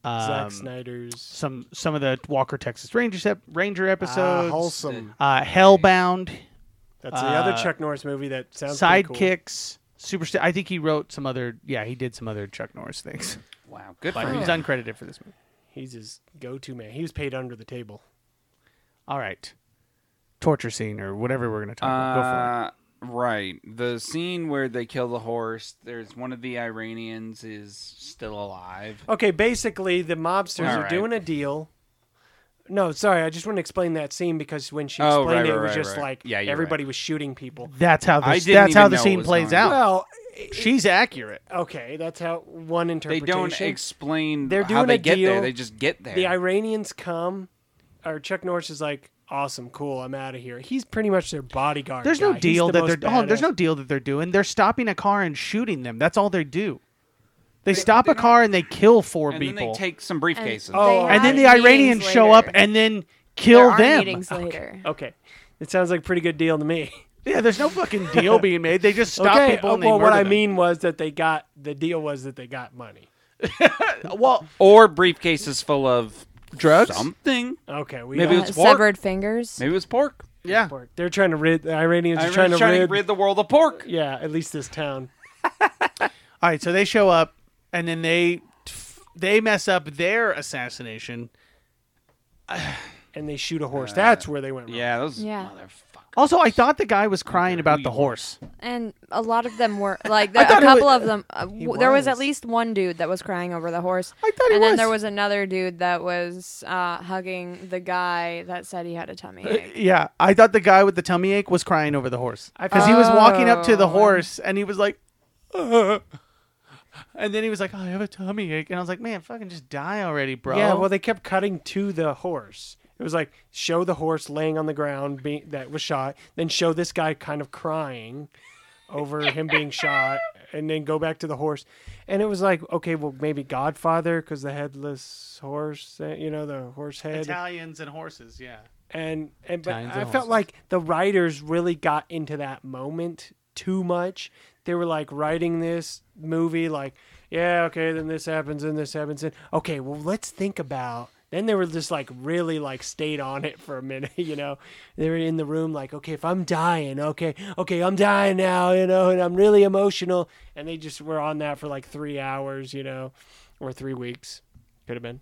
A: um,
B: Zack Snyder's
A: some some of the Walker Texas Ranger sep-
C: Ah,
A: Ranger
B: uh,
A: episodes.
B: wholesome.
A: uh, Hellbound,
B: That's the other
A: uh,
B: Chuck Norris movie that sounds pretty cool.
A: Sidekicks, Supersti- I think he wrote some other. Yeah, he did some other Chuck Norris things,
C: wow, good for
A: but
C: him.
A: he's uncredited for this movie.
B: He's his go-to man. He was paid under the table.
A: All right. Torture scene or whatever we're going to talk about. Go for it.
C: Uh, right. The scene where they kill the horse. There's one of the Iranians is still alive.
B: Okay, basically the mobsters
C: All
B: are
C: right.
B: doing a deal. No, sorry, I just want to explain that scene because when she
C: Oh,
B: explained
C: right,
B: it, it
C: right,
B: was
C: right,
B: just
C: right.
B: like
C: Yeah, you're
B: everybody was shooting people.
A: That's how
C: I
A: the,
C: didn't
A: that's how
C: even
A: the
C: know
A: scene
C: what was
A: plays
C: going
A: out.
C: on.
B: Well,
A: She's accurate.
B: okay, that's how one
C: They
B: interpretation.
C: don't explain
B: They're
C: how
B: doing
C: they
B: a
C: get there.
B: deal.
C: They just get there.
B: the Iranians come, or Chuck Norris is like, "Awesome, cool, I'm out of here." He's pretty much their bodyguard.
A: There's no
B: guy. He's
A: deal
B: the
A: that
B: most
A: they're hold on, there's
B: badass.
A: no deal that they're doing. They're stopping a car and shooting them. That's all they do. They, stop a car and they kill four
C: and then
A: people.
C: they take some briefcases.
B: Oh,
D: they
B: and
A: and
D: had
A: then the
D: meetings
A: Iranians show up
D: later.
A: and then
D: There
A: kill
D: are
A: them.
D: meetings later.
B: Okay, it sounds like a pretty good deal to me.
A: Yeah, there's no fucking deal being made. They just stop
B: okay,
A: people
B: oh,
A: and they
B: well, what
A: murder
B: I
A: them.
B: mean was that they got the deal was that they got money.
A: well,
C: or briefcases full of drugs. Something.
B: Okay, we
C: Maybe
B: got-
D: Uh,
C: it's pork.
D: severed fingers.
C: Maybe it was pork.
A: yeah.
B: pork. They're trying to rid the Iranians
C: I
B: are trying to rid,
C: rid the world of pork.
B: yeah, at least this town.
A: All right, so they show up, and then they they mess up their assassination.
B: And they shoot a horse.
A: Uh,
B: That's where they went wrong.
C: Yeah, those
D: Yeah.
C: motherfuckers.
A: Also, I thought the guy was crying about the
C: you
A: horse.
D: And a lot of them were like the, a
A: thought it
D: couple
A: was-
D: of them. Uh, w- there was at
B: was.
D: least one dude that was crying over the horse.
A: I thought he
D: and
A: was.
D: then there was another dude that was uh, hugging the guy that said he had a tummy ache.
A: Uh, Yeah, I thought the guy with the tummy ache was crying over the horse because he was walking up to
B: Oh.
A: the horse and he was like, "Uh," and then he was like, "Oh, "I have a tummy ache," and I was like, "Man, fucking just die already, bro."
B: Yeah, well, they kept cutting to the horse. It was like show the horse laying on the ground being, that was shot, then show this guy kind of crying over him being shot, and then go back to the horse. And it was like, okay, well, maybe Godfather because the headless horse, uh, you know, the horse head.
A: Italians and horses, yeah.
B: and and but
A: Italians
B: I
A: and
B: felt
A: horses.
B: like the writers really got into that moment too much they were like writing this movie like yeah okay then this happens and this happens and okay well let's think about then they were just like really like stayed on it for a minute you know they were in the room like okay if i'm dying okay okay i'm dying now you know and i'm really emotional and they just were on that for like three hours you know or three weeks could have been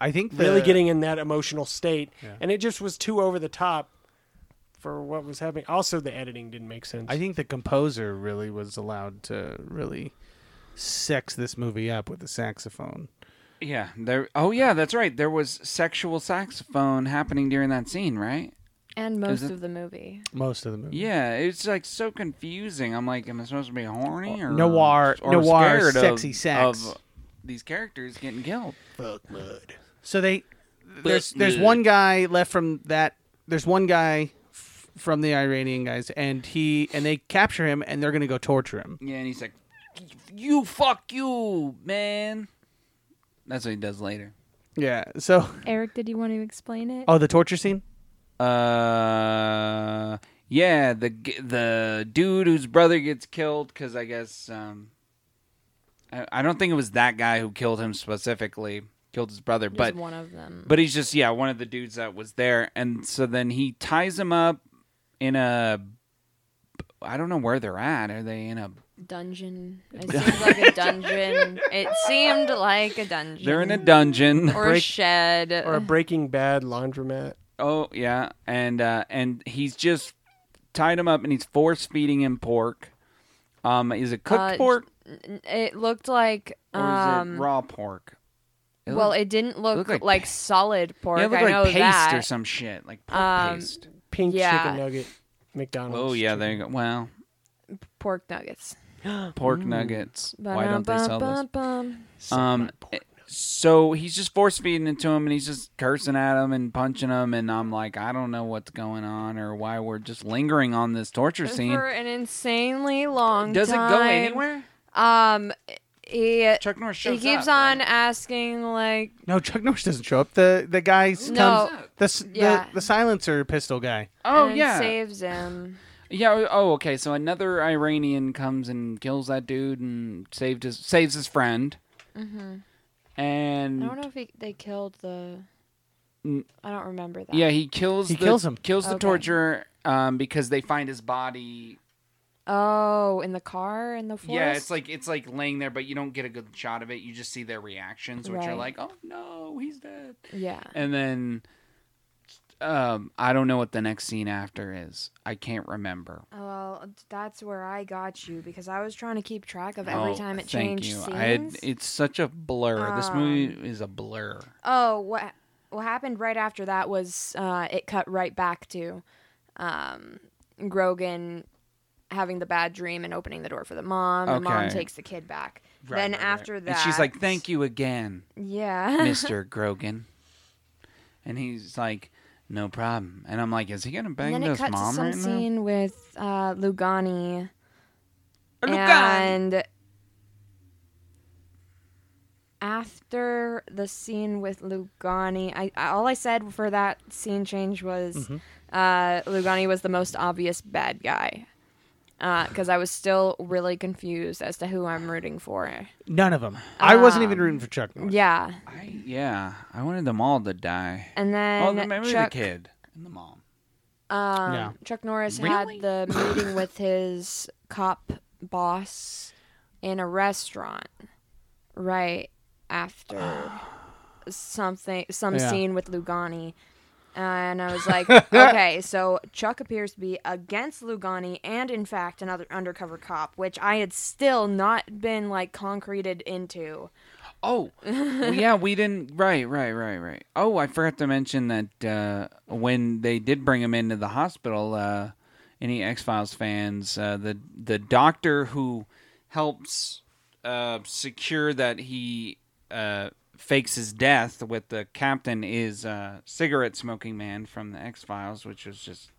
A: I think the,
B: really getting in that emotional state and it just was too over the top for what was happening also the editing didn't make sense
A: I think the composer really was allowed to really sex this movie up with the saxophone.
C: Yeah, there. Oh, yeah, that's right. There was sexual saxophone happening during that scene, right?
D: and most
C: it-
D: of the movie.
A: Most of the movie.
C: Yeah, it's like so confusing. I'm like, am I supposed to be horny or
A: Noir-
C: or
A: noir
C: scared of-
A: sexy sex.
C: of these characters getting killed?
B: fuck mud
A: So they there's
C: But-
A: there's one guy left from that. There's one guy f- from the Iranian guys, and he and they capture him, and they're gonna go torture him.
C: Yeah, and he's like, "You fuck you, man." That's what he does later.
A: Yeah. So
D: Eric, did you want to explain it?
A: oh, the torture scene.
C: Uh, yeah, the g- the dude whose brother gets killed because I guess um, I, I don't think it was that guy who killed him specifically, killed his brother,
D: Just
C: but
D: one of them.
C: But he's just yeah, one of the dudes that was there, and so then he ties him up in a. I don't know where they're at. Are they in a?
D: dungeon. It seemed like a dungeon. It seemed like a dungeon.
C: They're in a dungeon.
D: or a
B: break-
D: shed.
B: or a Breaking Bad laundromat.
C: oh yeah, and uh, and he's just tied him up, and he's force feeding him pork. Um, is it cooked
D: Uh,
C: pork
D: it looked like
C: or is
D: um
C: it raw pork? It
D: well,
C: looked-
D: it didn't look
C: looked
D: like,
C: like pa-
D: solid pork.
C: yeah, it looked
D: I
C: like
D: know
C: paste
D: that.
C: or some shit, like pork
D: Um,
C: paste.
B: Pink
D: Yeah.
B: chicken nugget. McDonald's.
C: Oh yeah,
B: chicken.
C: there you go. Well,
D: Pork nuggets.
C: pork
D: Mm.
C: nuggets. Why don't they sell those?
D: Ba-dum-bum-bum.
C: Um, so he's just force feeding it to him, and he's just cursing at him and punching him, and I'm like, I don't know what's going on or why we're just lingering on this torture scene.
D: For an insanely long
C: Does it
D: time.
C: go anywhere?
D: Um, it,
C: Chuck Norris
D: he
C: shows
D: keeps
C: up,
D: on
C: right?
D: asking like
A: No, Chuck Norris doesn't show up. The the guy s-
D: No.
A: comes. The, s-
D: Yeah.
A: the the silencer pistol guy.
C: Oh
D: and then
C: yeah,
D: saves him.
C: yeah. oh, Oh okay. So another Iranian comes and kills that dude and saved his saves his friend.
D: I
C: And
D: Mm-hmm. don't know if he, they killed the.
C: Mm.
D: I don't remember that.
C: yeah, he kills.
A: He
C: the,
A: kills him.
C: Kills the
D: Okay.
C: torturer um, because they find his body
D: Oh, in the car in the forest.
C: Yeah, it's like it's like laying there, but you don't get a good shot of it. You just see their reactions, which are
D: Right.
C: like, "Oh no, he's dead,"
D: yeah.
C: and then um, I don't know what the next scene after is. I can't remember.
D: Well, that's where I got you because I was trying to keep track of
C: Oh,
D: every time it
C: thank
D: changed
C: you.
D: scenes. Um,
C: I had, it's such a blur. this movie is a blur.
D: Oh, what what happened right after that was uh, it cut right back to um, Grogan having the bad dream and opening the door for the mom. The mom
C: Okay.
D: takes the kid back. then after that,
C: and she's like, "Thank you again,
D: Yeah,
C: Mister Grogan," and he's like, "No problem." And I'm like, "Is he gonna bang
D: and then it
C: this
D: cut to
C: mom
D: some
C: right now?"
D: scene with uh, Lugani,
C: Lucan!
D: and after the scene with Lugani, I, I all I said for that scene change was
C: Mm-hmm.
D: uh, Lugani was the most obvious bad guy because I was still really confused as to who I'm rooting for.
A: None of them. I wasn't even rooting for Chuck Norris.
D: Yeah,
C: I, yeah, I wanted them all to die.
D: and then
C: Oh, the, maybe
D: Chuck,
C: the kid and the mom.
D: Um,
A: Yeah.
D: Chuck Norris
C: Really?
D: had the meeting with his cop boss in a restaurant right after something, some
A: Yeah.
D: scene with Lugani. And I was like, okay, so Chuck appears to be against Lugani and, in fact, another undercover cop, which I had still not been like concreted into.
C: Oh, well, yeah, we didn't. Right, right, right, right. Oh, I forgot to mention that uh, when they did bring him into the hospital, uh, any X Files fans, uh, the the doctor who helps uh, secure that he uh, fakes his death with the captain is uh, cigarette smoking man from the X Files, which was just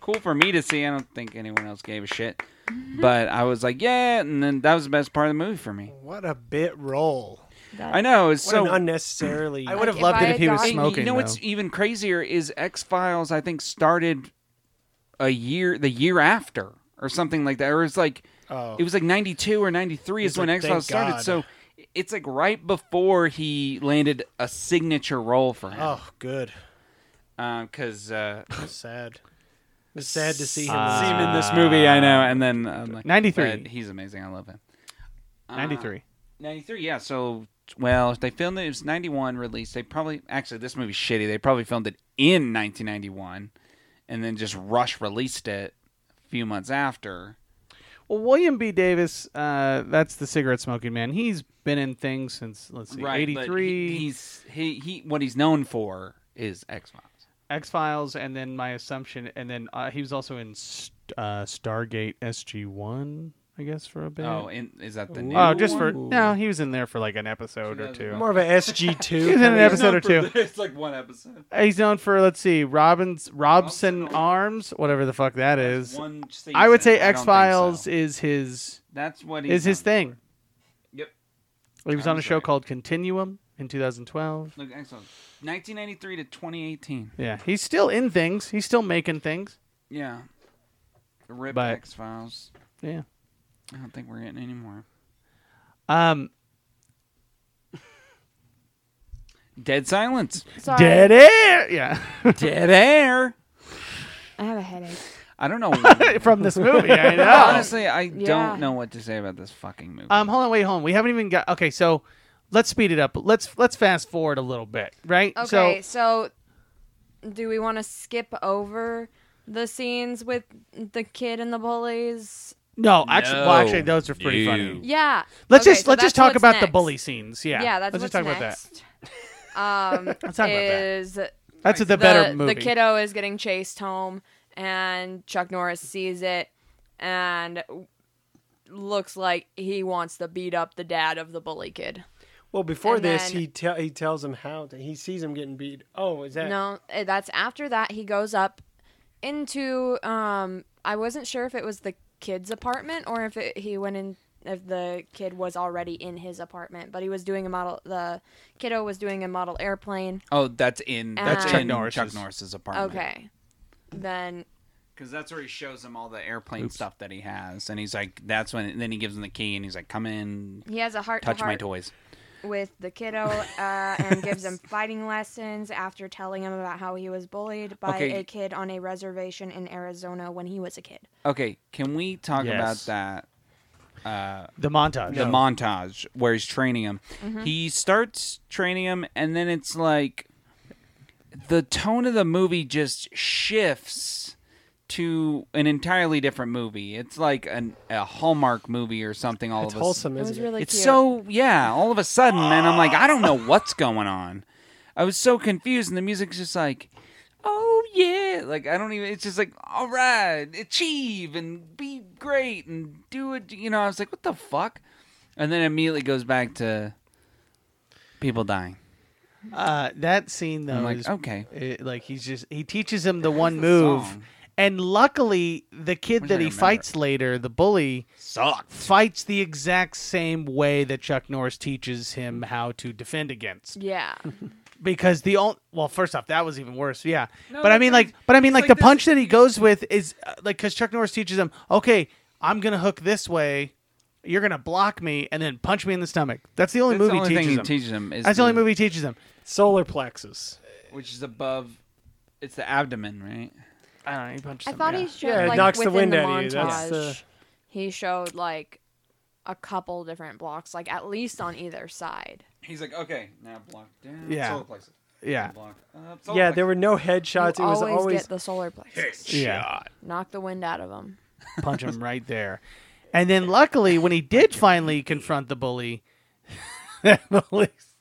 C: cool for me to see. I don't think anyone else gave a shit.
B: Mm-hmm.
C: But I was like, yeah, and then that was the best part of the movie for me.
B: What a bit roll.
C: I know it's
B: What
C: so
B: an unnecessarily.
A: I would have
D: if
A: loved
D: I
A: it if he was
D: had
C: Hey,
D: gotten-
A: smoking.
C: You know
A: though.
C: what's even crazier is X Files. I think started a year, the year after, or something like that. Or it's like
B: Oh.
C: It was like 92 or 93 is
B: He's
C: when
B: like,
C: X Files
B: "Thank
C: started.
B: God."
C: So it's like right before he landed a signature role for him.
B: Oh, good.
C: Because uh,
B: Sad. It's sad to see him.
A: Uh,
C: see him in this movie, I know. And then um, like,
A: 93.
C: but He's amazing. I love him. Uh,
A: 93.
C: 93, yeah. So, well, they filmed it. It was 91 released. They probably, actually, this movie's shitty. They probably filmed it in 1991 and then just rush released it a few months after.
A: Well, William B. Davis, uh, that's the cigarette smoking man. He's been in things since let's see, eighty
C: but
A: three,
C: he- he's he, he what he's known for is X Files.
A: X Files, and then my assumption, and then uh, he was also in St- uh, Stargate SG one, I guess, for a bit.
C: Oh, and is that the
B: Ooh.
C: new?
A: Oh, just for
C: one?
A: no, he was in there for like an episode or two.
B: More of a SG
A: He was in an
B: two.
A: episode or two.
C: It's like one episode.
A: He's known for let's see, Robin's Robson,
C: Robson
A: Arms, whatever the fuck that is.
C: One season.
A: I would say
C: don't think
A: X Files
C: so.
A: is his
C: That's what he's
A: is his
C: known
A: thing.
C: for. Yep.
A: He was
C: I
A: on a
C: was
A: show
C: right.
A: called Continuum in 2012.
C: Look, X Files, 1993 to 2018.
A: Yeah, he's still in things. He's still making things.
C: Yeah. Rip
A: But-
C: X Files.
A: Yeah.
C: I don't think we're getting any more.
A: Um,
C: Dead silence.
D: Sorry.
A: dead air. Yeah,
C: Dead air.
D: I have a headache.
C: I don't know.
A: from this movie. I know.
C: Honestly, I
D: Yeah.
C: don't know what to say about this fucking movie.
A: Um, hold on, wait, hold on. We haven't even got. Okay, so let's speed it up. Let's let's fast forward a little bit, right?
D: Okay,
A: So
D: so, do we want to skip over the scenes with the kid and the bullies?
A: no, actually, well,
C: No.
A: actually, those are pretty
C: Ew.
A: funny.
D: Yeah.
A: Let's
D: Okay,
A: just
D: so
A: let's just
D: that's
A: talk
D: what's
A: about the
D: next.
A: bully scenes. Yeah,
D: Yeah, that's
A: let's
D: what's
A: just talk about
D: next. about that. Um,
A: Let's talk about that.
D: is about that.
A: that. That's the better
D: the,
A: movie.
D: The kiddo is getting chased home, and Chuck Norris sees it and looks like he wants to beat up the dad of the bully kid.
B: Well, before
D: And
B: this,
D: then-
B: he tell he tells him how to, he sees him getting beat. Oh, is that
D: No, eh, that's after that he goes up into um I wasn't sure if it was the kid's apartment or if it, he went in if the kid was already in his apartment, but he was doing a model the kiddo was doing a model airplane.
C: Oh, that's in
D: That's
C: that's
D: Ah. Chuck
C: in
A: Norris's.
C: Chuck Norris's apartment.
D: Okay. Then
C: because that's where he shows him all the airplane stuff that he has, and he's like, "That's when." And then he gives him the key, and he's like, "Come in,
D: he has a heart
C: touch
D: to
C: my
D: heart
C: toys."
D: with the kiddo uh, and gives him fighting lessons after telling him about how he was bullied by
C: Okay.
D: a kid on a reservation in Arizona when he was a kid.
C: Okay, can we talk
A: Yes.
C: about that? Uh,
A: the montage.
B: Oh.
C: The montage where he's training him. He starts training him, and then it's like the tone of the movie just shifts to an entirely different movie. It's like an, a Hallmark movie or something. All
B: it's
C: of a sudden.
B: wholesome?
D: It
B: Isn't
D: was really
C: it's
D: cute.
C: so yeah all of a sudden and i'm like i don't know what's going on i was so confused and the music's just like oh yeah like i don't even it's just like all right achieve and be great and do it you know i was like what the fuck and then immediately goes back to people dying
A: Uh, that scene though
C: i'm like
A: is
C: okay
A: It, like he's just he teaches him the one move,
C: song.
A: and luckily the kid
C: Wish
A: that
C: I could
A: he
C: remember
A: fights later, the bully,
C: sucked
A: fights the exact same way that Chuck Norris teaches him how to defend against.
D: Yeah.
A: Because the only well, first off, that was even worse. Yeah,
C: No,
A: but I
C: that's
A: mean,
C: what
A: like,
C: he's-
A: but I mean,
C: it's
A: like,
C: like
A: the
C: this-
A: punch that he goes with is uh, like because Chuck Norris teaches him, okay, I'm gonna hook this way. You're gonna block me and then punch me in the stomach. That's the only
C: that's the
A: movie
C: only
A: teaches
C: thing he
A: him.
C: teaches him is
A: That's the only
C: the-
A: movie he teaches him.
B: solar plexus.
C: which is above it's the abdomen right
A: I don't know. He punches
D: I
A: him,
D: thought
A: yeah.
D: he showed
B: Yeah, it
D: like
B: knocks the
D: within
B: wind
D: the
B: out of
D: montage.
B: you. That's uh, the-
D: He showed like a couple different blocks, like at least on either side.
C: he's like okay now block down
A: Yeah.
C: solar plexus
A: yeah,
C: block up
B: yeah,
C: solar
B: there were no
D: You
B: headshots. It was
D: always,
B: always
D: get the solar plexus.
A: yeah.
D: Knock the wind out of him.
A: punch him right there. And then luckily, when he did finally confront the bully, that bully's,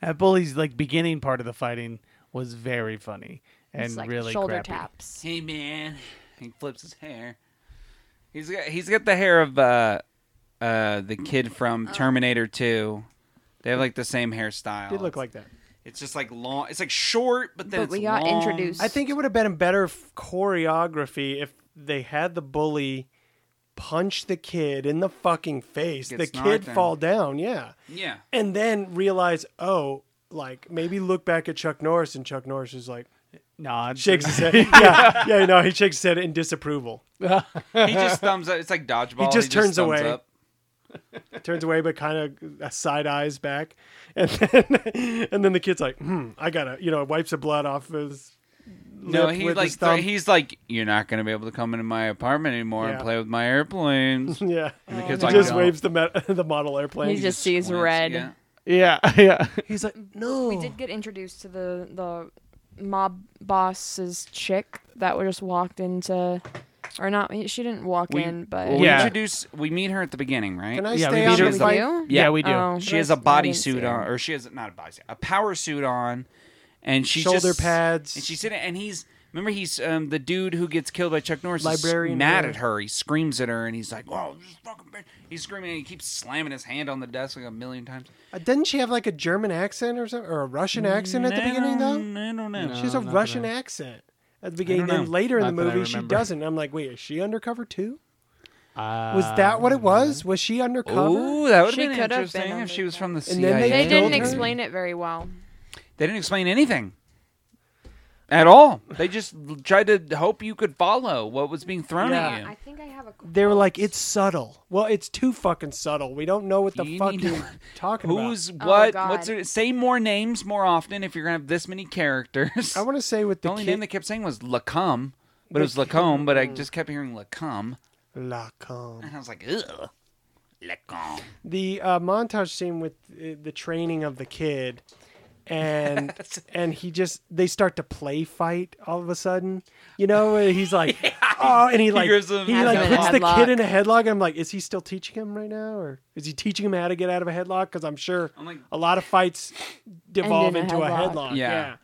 A: that bully's like beginning part of the fighting was very funny and
D: it's like
A: really
D: shoulder
A: crappy.
D: taps.
C: Hey man, he flips his hair. He's got he's got the hair of uh uh the kid
D: Oh.
C: from Terminator Two. They have like the same hairstyle.
B: did look like that.
C: it's just like long. It's like short, but then
D: But
C: it's
D: we got
C: long.
D: introduced.
B: I think it would have been better f- choreography if they had the bully punch the kid in the fucking face,
C: Gets
B: the kid
C: knocked down.
B: fall down, yeah,
C: Yeah,
B: and then realize, oh, like maybe look back at Chuck Norris and Chuck Norris is like,
A: nod.
B: Shakes his head. Yeah, yeah, no, he shakes his head in disapproval.
C: He just thumbs up. It's like dodgeball.
B: just turns
C: thumbs
B: away.
C: up.
B: Turns away, but kind of side eyes back, and then and then the kid's like, "Hmm, I gotta," you know, wipes the blood off his.
C: No,
B: lip
C: he
B: with
C: like
B: his thumb.
C: he's like, you're not gonna be able to come into my apartment anymore and
B: Yeah.
C: play with my airplanes.
B: yeah,
C: And the kid's
B: he
C: like,
B: just
C: "No."
B: waves the me- the model airplane.
D: Oh He just sees
C: squints,
D: red.
C: yeah.
A: Yeah, yeah.
B: He's like, no.
D: We did get introduced to the the mob boss's chick that we just walked into, or not? She didn't walk
C: We,
D: in, but
C: well, we
A: Yeah.
C: introduce we meet her at the beginning, right?
B: Can I
A: Yeah, we beat
B: stay on
A: her
D: Did
B: the
A: to the-
D: we
B: fight?
D: do?
A: Yeah, we do.
D: Oh,
C: she has
D: I
C: a
D: didn't
C: bodysuit
D: see
C: on,
D: it.
C: or she has not a bodysuit, a power suit on, and she's
B: Shoulder
C: just-
B: pads.
C: And she's sitting, and he's remember he's um, the dude who gets killed by Chuck Norris. is
B: Librarian
C: mad
B: guy.
C: at her. He screams at her, and he's like, "Whoa, this fucking bitch!" He's screaming, and he keeps slamming his hand on the desk like a million times.
B: Uh, Didn't she have like a German accent or something, or a Russian accent at the
C: I
B: beginning though?
C: don't- I don't know.
B: She has a
A: not that I-
B: Russian accent at the beginning.
C: don't
B: Then
C: know.
B: later in
A: Not
B: the
A: that I
B: movie, she
A: remember.
B: doesn't. I'm like, wait, is she undercover too? Was
A: Uh,
B: that what it was? Was she undercover?
C: Uh, Ooh, that would
D: She
C: have been
D: could have
C: interesting
D: been
C: if she was from the
B: And then
C: CIA.
B: they
D: They
B: killed
D: didn't
B: her.
D: explain it very well.
C: They didn't explain anything at all. They just tried to hope you could follow what was being thrown at you.
D: I think I have a.
B: They were like, it's subtle. Well, it's too fucking subtle. We don't know what the
C: You
B: fuck
C: need
B: you're
C: to-
B: talking
C: Who's
D: Oh,
C: what?
D: God.
C: what's it? Say more names more often if you're gonna have this many characters.
B: about. I want to say with
C: the
B: the
C: only
B: kid,
C: name they kept saying was Lacombe, but it was Lacombe. But I just kept hearing Lacombe,
B: La Combe.
C: and I was like, ugh, Lacombe.
B: the uh, montage scene with uh, the training of the kid and and he just they start to play fight all of a sudden you know and he's like oh and he like
C: gives him
B: he
C: a
B: like puts the
D: headlock.
B: kid in a headlock and i'm like is he still teaching him right now or is he teaching him how to get out of a headlock because i'm sure
C: I'm like-
B: a lot of fights devolve
D: in a
B: into a
D: headlock.
B: headlock yeah,
C: Yeah.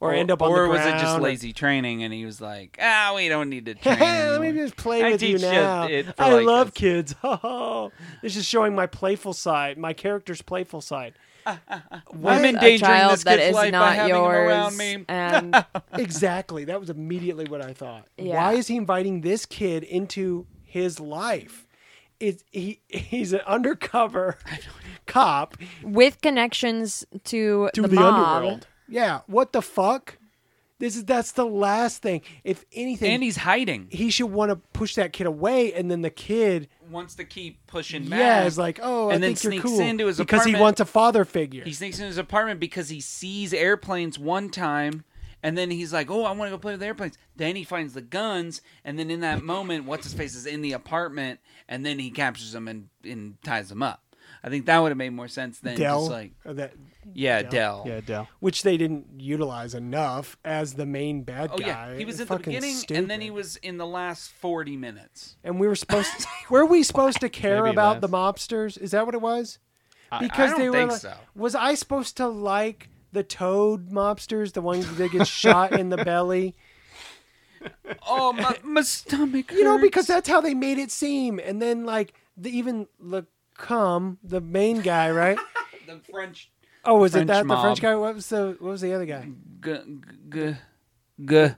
B: Or, end up on
C: or
B: the
C: was
B: ground
C: it just
B: or-
C: lazy training? And he was like, ah, we don't need to train.
B: Let me
C: anymore."
B: just play
C: I
B: with you
C: teach you
B: now.
C: it for
B: I
C: like
B: love
C: this.
B: kids. Oh, this is showing my playful side, my character's playful side.
C: I'm
D: a
C: endangering
D: child
C: this
D: that
C: kid's
D: is
C: life by
D: not
C: having him
D: yours,
C: around me.
D: and
B: exactly. That was immediately what I thought.
D: Yeah.
B: Why is he inviting this kid into his life? It, he he's an undercover cop
D: with connections to,
B: to
D: the,
B: the,
D: mob.
B: underworld. Yeah. What the fuck? This is that's the last thing. If anything,
C: And he's hiding.
B: he should want to push that kid away, and then the kid.
C: Wants to keep pushing back.
B: Yeah, is like, oh, I
C: And then
B: think you're
C: sneaks
B: cool
C: into his
B: because he
C: apartment.
B: wants a father figure.
C: He sneaks into his apartment because he sees airplanes one time, and then he's like, "Oh, I want to go play with airplanes." Then he finds the guns, and then in that moment, what's his face is in the apartment, and then he captures them and, and ties them up. I think that would have made more sense than
B: Dell,
C: just like,
B: uh, that
C: yeah,
B: Dell?
C: Dell.
A: Yeah, Dell.
B: which they didn't utilize enough as the main bad
C: Oh
B: guy.
C: yeah, he was at the
B: Fucking
C: beginning, and then he
B: stupid.
C: was in the last forty minutes.
B: and we were supposed to, were we supposed to care
A: Maybe
B: about
A: less.
B: the mobsters? Is that what it was?
C: I don't think
B: like-
C: so.
B: was I supposed to like the toad mobsters, the ones that get shot in the belly?
C: Oh my, my stomach.
B: You know,
C: hurts.
B: because that's how they made it seem. And then like the even Lacombe, the main guy, right?
C: the French
B: Oh, was
C: French
B: it that the
C: mob.
B: French guy? What was the what was the other guy?
C: g g g
B: G- g-
C: the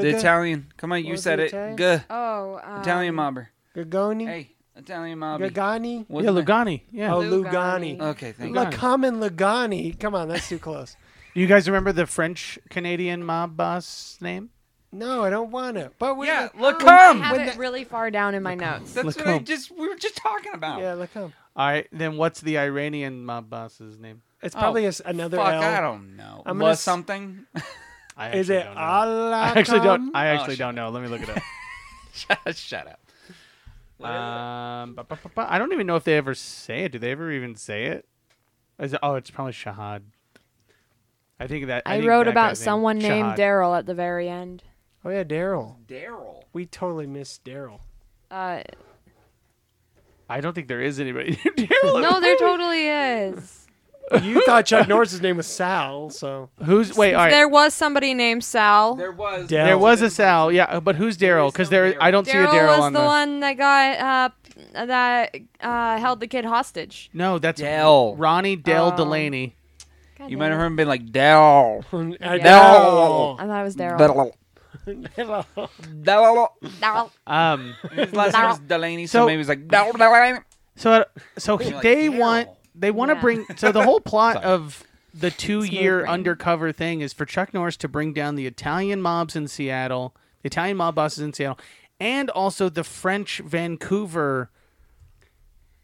B: g-
C: Italian. Come on, you
B: was
C: said
B: the
C: it.
B: Italian?
C: G
D: Oh, um,
C: Italian mobber.
B: Gagoni,
C: Hey, Italian mobby.
B: Gagani.
A: Yeah,
C: Wasn't it?
A: Lugani. Yeah.
B: Oh,
D: Lugani.
B: Lugani.
C: Okay, thank
A: Look-
C: you.
A: Lugani.
B: Lacombe and Lugani. Come on, that's too close.
A: Do you guys remember the French Canadian mob boss name?
B: No, I don't want to. But we
C: Yeah,
D: Oh,
C: look,
D: I
C: come.
D: have
B: When
D: it
B: the-
D: really far down in my notes.
C: That's what I
A: Lacombe.
C: just we were just talking about.
B: yeah, Lacombe.
A: All right, then what's the Iranian mob boss's name?
B: It's probably a s another
C: Fuck,
B: L.
C: I don't know.
B: I'm
C: I'm
B: gonna
C: going
B: s-
C: something.
A: I
B: Is
A: actually
B: it
A: don't know.
B: Allah?
A: I actually don't. I
C: Oh,
A: actually
C: shit.
A: don't know. Let me look it up.
C: Shut up.
A: Um, ba- ba- ba- ba- I don't even know if they ever say it. Do they ever even say it? Is it oh, it's probably Shahad. I think that
D: I
A: think
D: wrote
A: that
D: about
A: guy's name-
D: someone named
A: Shahad.
D: Daryl at the very end.
B: Oh yeah, Daryl.
C: Daryl.
B: We totally missed Daryl.
D: Uh,
A: I don't think there is anybody named Daryl.
D: no, there totally is.
B: You thought Chuck Norris's name was Sal, so
A: Who's wait? All right,
D: There was somebody named Sal.
C: There was.
B: Daryl.
A: there was a Sal. Yeah, but who's Daryl?
C: is
A: Because
C: no
A: there, I don't see a
D: Daryl
A: Daryl
D: was
A: on
D: the, one that got uh, that uh, held the kid hostage.
A: No, that's
C: Dell.
A: Ronnie Dell
D: Oh.
A: Delaney.
D: God
C: You
D: damn
C: might have
D: it.
C: heard him being like Daryl.
B: Daryl.
D: I thought it was Daryl.
C: Daryl. Daryl.
D: Daryl.
A: Um,
C: His last name was Delaney, so,
A: So-
C: maybe he's like Daryl. Delaney.
A: so so
C: You're like,
A: they
C: Daryl.
A: want they want to
D: Yeah.
A: bring so the whole plot
C: Sorry.
A: of the two
D: Smooth
A: year
D: brain.
A: undercover thing is for Chuck Norris to bring down the Italian mobs in Seattle, the Italian mob bosses in Seattle, and also the French Vancouver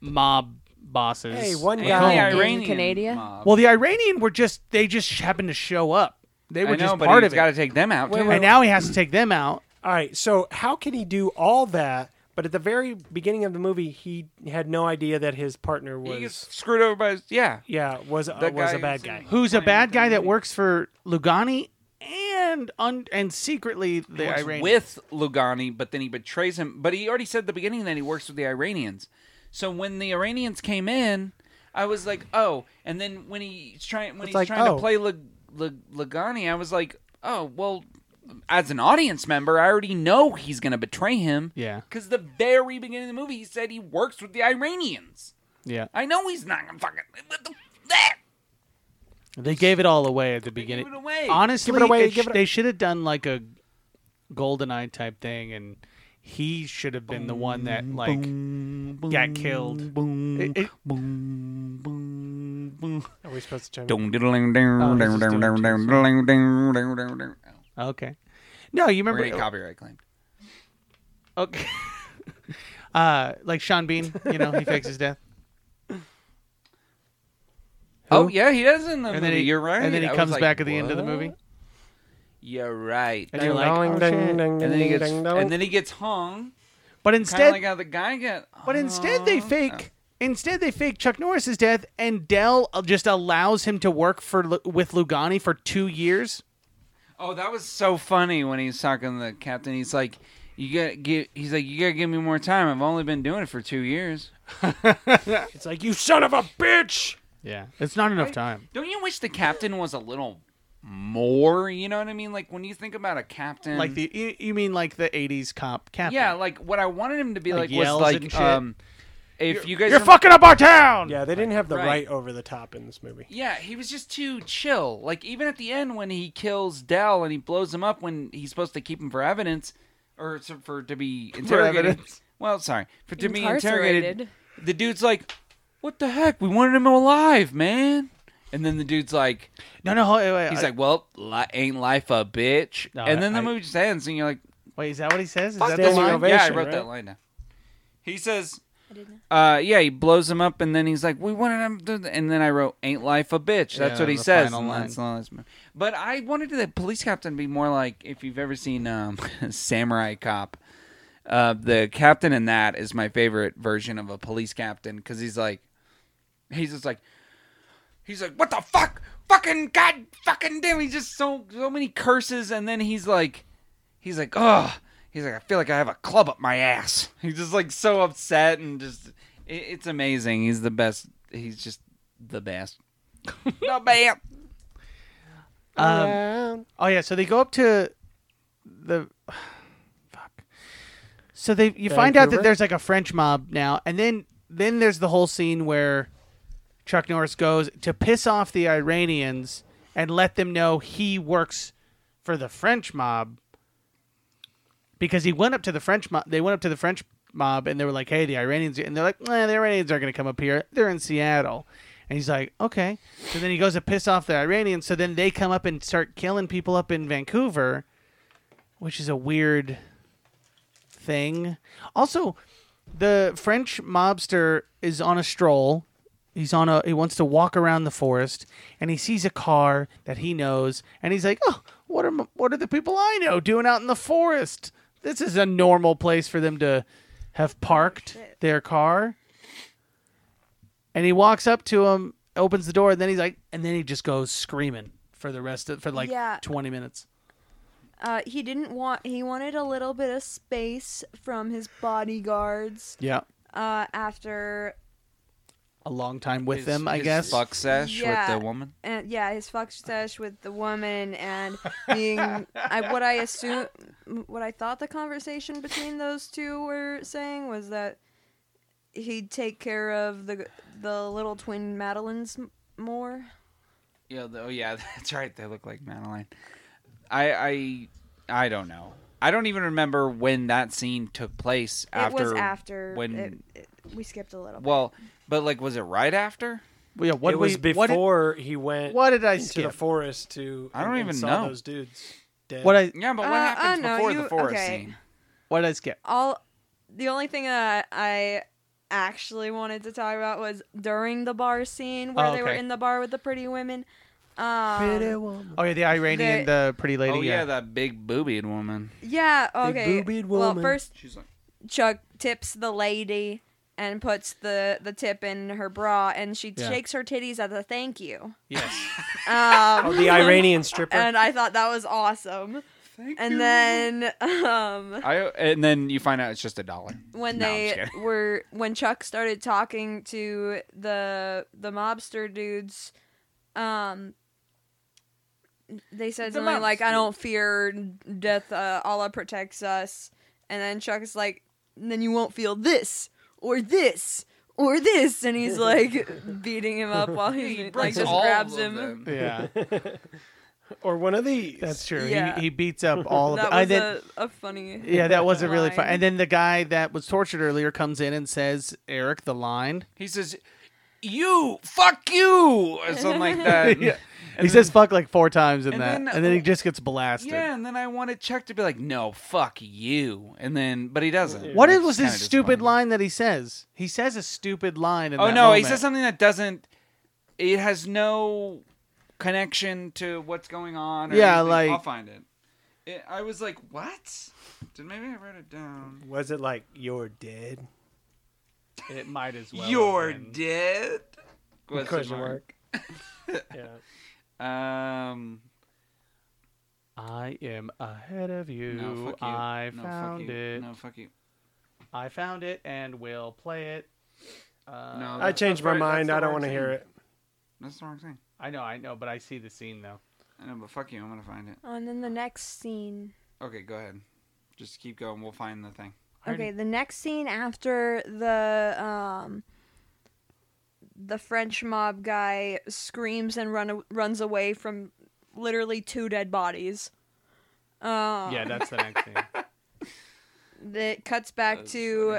A: mob bosses.
B: Hey, one
A: at
B: guy-
A: home.
C: the
D: Iranian
C: Iranian
D: Canadian?
C: mob.
A: Well, the Iranian were just they just happened to show up. They were
C: I know,
A: just
C: but
A: part of it.
C: got to take them out
B: Wait,
C: too.
B: wait,
A: and now he has to take them out.
B: All right, so how can he do all that? But at the very beginning of the movie, he had no idea that his partner
C: He
B: was
C: gets screwed over by his, yeah.
B: yeah was uh,
C: That
B: was a
C: guy
B: bad
C: is-
B: guy.
A: Who's a
C: Playing
A: bad
C: with
A: guy
C: the
A: that
C: movie.
A: works for Lugani and un- and secretly the
C: works
A: Iranian.
C: with Lugani, but then he betrays him. But he already said at the beginning that he works with the Iranians. So when the Iranians came in, I was like, oh. And then when he's trying when
B: It's
C: he's
B: like,
C: trying
B: oh.
C: to play Lug- Lug- Lugani, I was like, oh well. As an audience member, I already know he's going to betray him.
A: Yeah.
C: Because the very beginning of the movie, he said he works with the Iranians.
A: yeah,
C: I know he's not going to fucking. What the that?
A: they gave it all away at the beginning.
C: it away.
A: Honestly,
B: Give it away,
A: it sh-
B: give it-
A: they should have done like a golden eye type thing, and he should have been the one that like got killed. It- it-
B: Are we supposed to chime in?
C: Dun, diddling, dun,
A: Oh, he's
C: dun,
A: just
C: dun,
A: doing
C: dun, dun, dun, dun, dun, dun, dun. Oh,
A: okay, no, you
C: We're going to
A: remember?
C: copyright claim.
A: Okay, uh, like Sean Bean, you know, he fakes his death.
C: Oh yeah, he does in the
A: and
C: movie.
A: then he,
C: you're right.
A: And then he
C: I was
A: comes
C: like,
A: back at the end of the
C: "What?"
A: movie,
C: You're right.
A: and
C: And,
A: you're like,
B: Ding,
A: "Oh,
B: ding,
A: shit."
B: ding,
C: then he
B: ding,
C: gets
B: ding,
C: and
B: dong.
C: then he gets hung.
A: but
C: Kind of
A: instead,
C: like how the guy got.
A: but instead they
C: hung.
A: fake. Instead, they fake Chuck Norris's death, and Dell just allows him to work for Lu- with Lugani for two years.
C: Oh, that was so funny when he's talking to the captain. He's like, "You gotta get." He's like, "You gotta give me more time. I've only been doing it for two years."
B: It's like you son of a bitch.
A: Yeah, it's not enough time.
C: Don't you wish the captain was a little more? You know what I mean? Like when you think about a captain,
A: Like the you, you mean like the '80s cop captain?
C: yeah, like what I wanted him to be
A: Like
C: like,
A: yells
C: was
A: and
C: like,
A: shit.
C: um, if you guys
A: you're
C: rem-
A: fucking up our town.
B: Yeah, they didn't have the
C: Right.
B: right over the top in this movie.
C: Yeah, he was just too chill. Like even at the end when he kills Dell and he blows him up when he's supposed to keep him for evidence or s- for to be interrogated.
A: evidence.
C: well, sorry, for to be
D: Incarcerated.
C: interrogated. The dude's like, "What the heck? We wanted him alive, man." And then the dude's like,
A: No, no. Wait, wait,
C: he's
A: I-
C: like, "Well, li- ain't life a bitch?"
A: No,
C: and then the
A: I-
C: movie just ends, and you're like,
A: wait. Is that what he says? Is
C: "Fuck
A: that the
C: this
B: standing
C: line."
A: line?
B: ovation,
C: Yeah, I wrote
B: right?
C: that line down. He says,
D: I didn't know.
C: uh, yeah, he blows him up, and then he's like, "We wanted him," to... th-" and then I wrote, "Ain't life a bitch?" That's
A: Yeah,
C: what he
A: the
C: says.
A: final
C: and
A: line.
C: that's the last- But I wanted the police captain to be more like if you've ever seen um, Samurai Cop. Uh, the captain in that is my favorite version of a police captain because he's like, he's just like, he's like, what the fuck, fucking god, fucking damn, he's just so so many curses, and then he's like, he's like, oh, he's like, I feel like I have a club up my ass. He's just like so upset and just, it, it's amazing. He's the best. He's just the best. the best.
A: Um, oh yeah. So they go up to the. Fuck. So they you find out that
B: Vancouver?
A: there's like a French mob now, and then then there's the whole scene where Chuck Norris goes to piss off the Iranians and let them know he works for the French mob because he went up to the French mob. They went up to the French mob and they were like, "Hey, the Iranians," and they're like, nah, "The Iranians aren't going to come up here. They're in Seattle." And he's like, "Okay." So then he goes to piss off the Iranians. So then they come up and start killing people up in Vancouver, which is a weird thing. Also, the French mobster is on a stroll. He's on a he wants to walk around the forest and he sees a car that he knows and he's like, "Oh, what are m- what are the people I know doing out in the forest? This is a normal place for them to have parked their car." And he walks up to him, opens the door, and then he's like and then he just goes screaming for the rest of for like
D: Yeah.
A: 20 minutes.
D: Uh, he didn't want. He wanted a little bit of space from his bodyguards.
A: Yeah.
D: Uh, after
A: A long time with
C: His-
A: them, I
C: his
A: guess.
C: Fuck sesh
D: Yeah.
C: with the woman.
D: and yeah, his fuck sesh with the woman and being I, what I assume, what I thought the conversation between those two were saying was that he'd take care of the the little twin Madeleines m- more.
C: Yeah. the- Oh yeah, that's right. They look like Madeline. I I I don't know. I don't even remember when that scene took place.
D: it was after
C: when
D: it, it- we skipped a little. bit.
C: Well, but like, was it right after?
A: yeah, what
B: it was
A: we, what did-
B: before he went
A: what did I
B: to the
A: skip?
B: forest to.
C: I don't
B: and-
C: even
B: and saw
C: know.
B: those dudes. Dead.
A: What I
C: Yeah, but what
D: Uh, uh,
C: happens
D: no,
C: before
D: you-
C: the forest
D: okay.
C: scene?
A: what did I skip?
D: all the only thing that I actually wanted to talk about was during the bar scene where
A: Oh,
D: they were
A: okay.
D: in the bar with the pretty women. Um,
A: Oh yeah, the Iranian, the pretty lady.
C: Oh yeah, that big boobied woman.
D: Yeah. Okay.
B: boobied
D: Well,
B: woman.
D: first
C: She's like,
D: Chuck tips the lady and puts the the tip in her bra, and she
B: Yeah.
D: shakes her titties as a thank you.
C: yes.
D: Um,
B: Oh, the Iranian stripper.
D: and I thought that was awesome.
C: Thank
D: And then um,
C: I and then you find out it's just a dollar.
D: when
C: No, I'm just
D: they
C: kidding.
D: were when Chuck started talking to the the mobster dudes, um, they said
C: The
D: something like, "I
C: mobster.
D: don't fear death. Uh, Allah protects us." And then Chuck is like, "Then you won't feel this or this." Or this, and he's like beating him up while he, like just
C: All
D: grabs
C: of
D: him.
C: them.
A: yeah,
B: or one of these.
A: that's true.
D: Yeah.
A: He, he beats up all of. the
D: That was
A: I then,
D: a, a funny.
A: yeah, that was a really fun.
D: line.
A: And then the guy that was tortured earlier comes in and says, "Eric, the line."
C: He says, "You fuck you," or something like that.
A: Yeah.
C: And
A: he says "fuck" like four times in
C: and
A: that,
C: then-
A: and then he just gets blasted.
C: Yeah, and then I wanted Chuck to be like, "No, fuck you," and then, but he doesn't.
A: What
C: Which
A: is, was
C: kinda
A: this stupid
C: disappointing.
A: line that he says? He says a stupid line. In
C: Oh
A: that
C: no, he
A: moment.
C: says something that doesn't. It has no connection to what's going on. Or
A: Yeah,
C: anything.
A: like-
C: I'll find it. it. I was like, "What?" Did maybe I wrote it down?
B: Was it like you're dead?
A: It might as well.
C: You're dead? Question,
B: Question
C: mark.
B: Yeah.
C: Um,
A: I am ahead of you.
C: no, fuck you.
A: I
C: no,
A: found
C: fuck you.
A: it.
C: No, fuck you.
A: I found it and will play it. Uh,
C: No,
B: I
C: that's-
B: changed
C: that's
B: my
C: right, that's
B: mind.
C: the
B: I don't
C: wrong
B: want to hear
C: thing.
B: it.
C: That's the wrong thing.
A: I know, I know, but I see the scene though.
C: I know, but fuck you. I'm gonna find it.
D: And then the next scene.
C: Okay, go ahead. Just keep going. We'll find the thing.
A: Alrighty.
D: Okay, the next scene after the um the French mob guy screams and run runs away from literally two dead bodies. Um,
A: Yeah, that's the next scene.
D: It cuts back
C: That's
D: to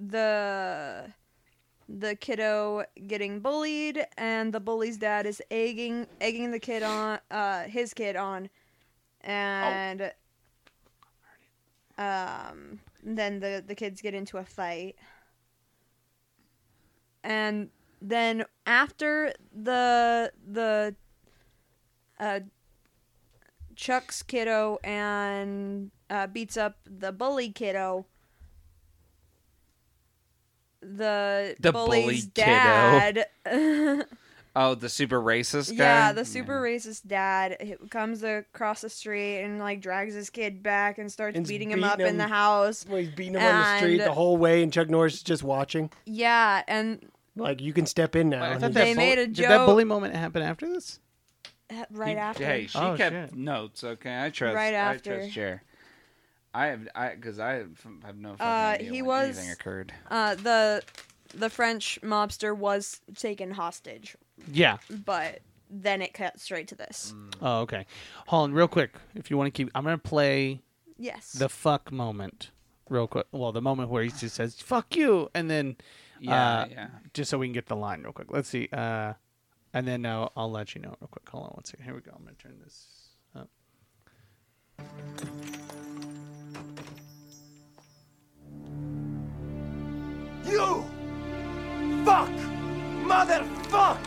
D: the the kiddo getting bullied, and the bully's dad is egging egging the kid on, uh, his kid on, and um, then the the kids get into a fight, and then after the the uh, Chuck's kiddo and uh, beats up the bully kiddo. The,
C: The
D: bully's
C: bully kiddo.
D: dad,
C: Oh, the super racist guy.
D: yeah, the super racist dad h- comes across the street and like drags his kid back and starts
B: And's
D: beating him
B: beating
D: up in the
B: him.
D: house.
B: Well, he's beating him on the street
D: And-
B: the whole way, and Chuck Norris is just watching.
D: Yeah, and
B: Like you can step in now.
A: I
B: and
A: thought
B: he-
A: that
D: They made a
A: Did that
D: joke-
A: bully moment happen after this?
D: uh, right
C: You-
D: after,
C: Hey, she
A: Oh,
C: kept
A: shit.
C: notes. Okay, I trust.
D: Right
C: I
D: after.
C: trust Cher. I have, I because I have, have no fucking
D: Uh,
C: idea
D: he
C: when
D: was-
C: anything occurred.
D: uh, the the French mobster was taken hostage,
A: Yeah.
D: but then it cut straight to this.
A: Oh, okay. Holland, real quick, if you want to keep, I'm gonna play
D: Yes,
A: the fuck moment, real quick. Well, the moment where he just says "fuck you," and then
C: Yeah,
A: uh,
C: yeah.
A: just so we can get the line real quick. Let's see. Uh, and then uh, I'll let you know real quick. Hold on one second. Here we go. I'm gonna turn this up.
E: You! Fuck! Motherfuck!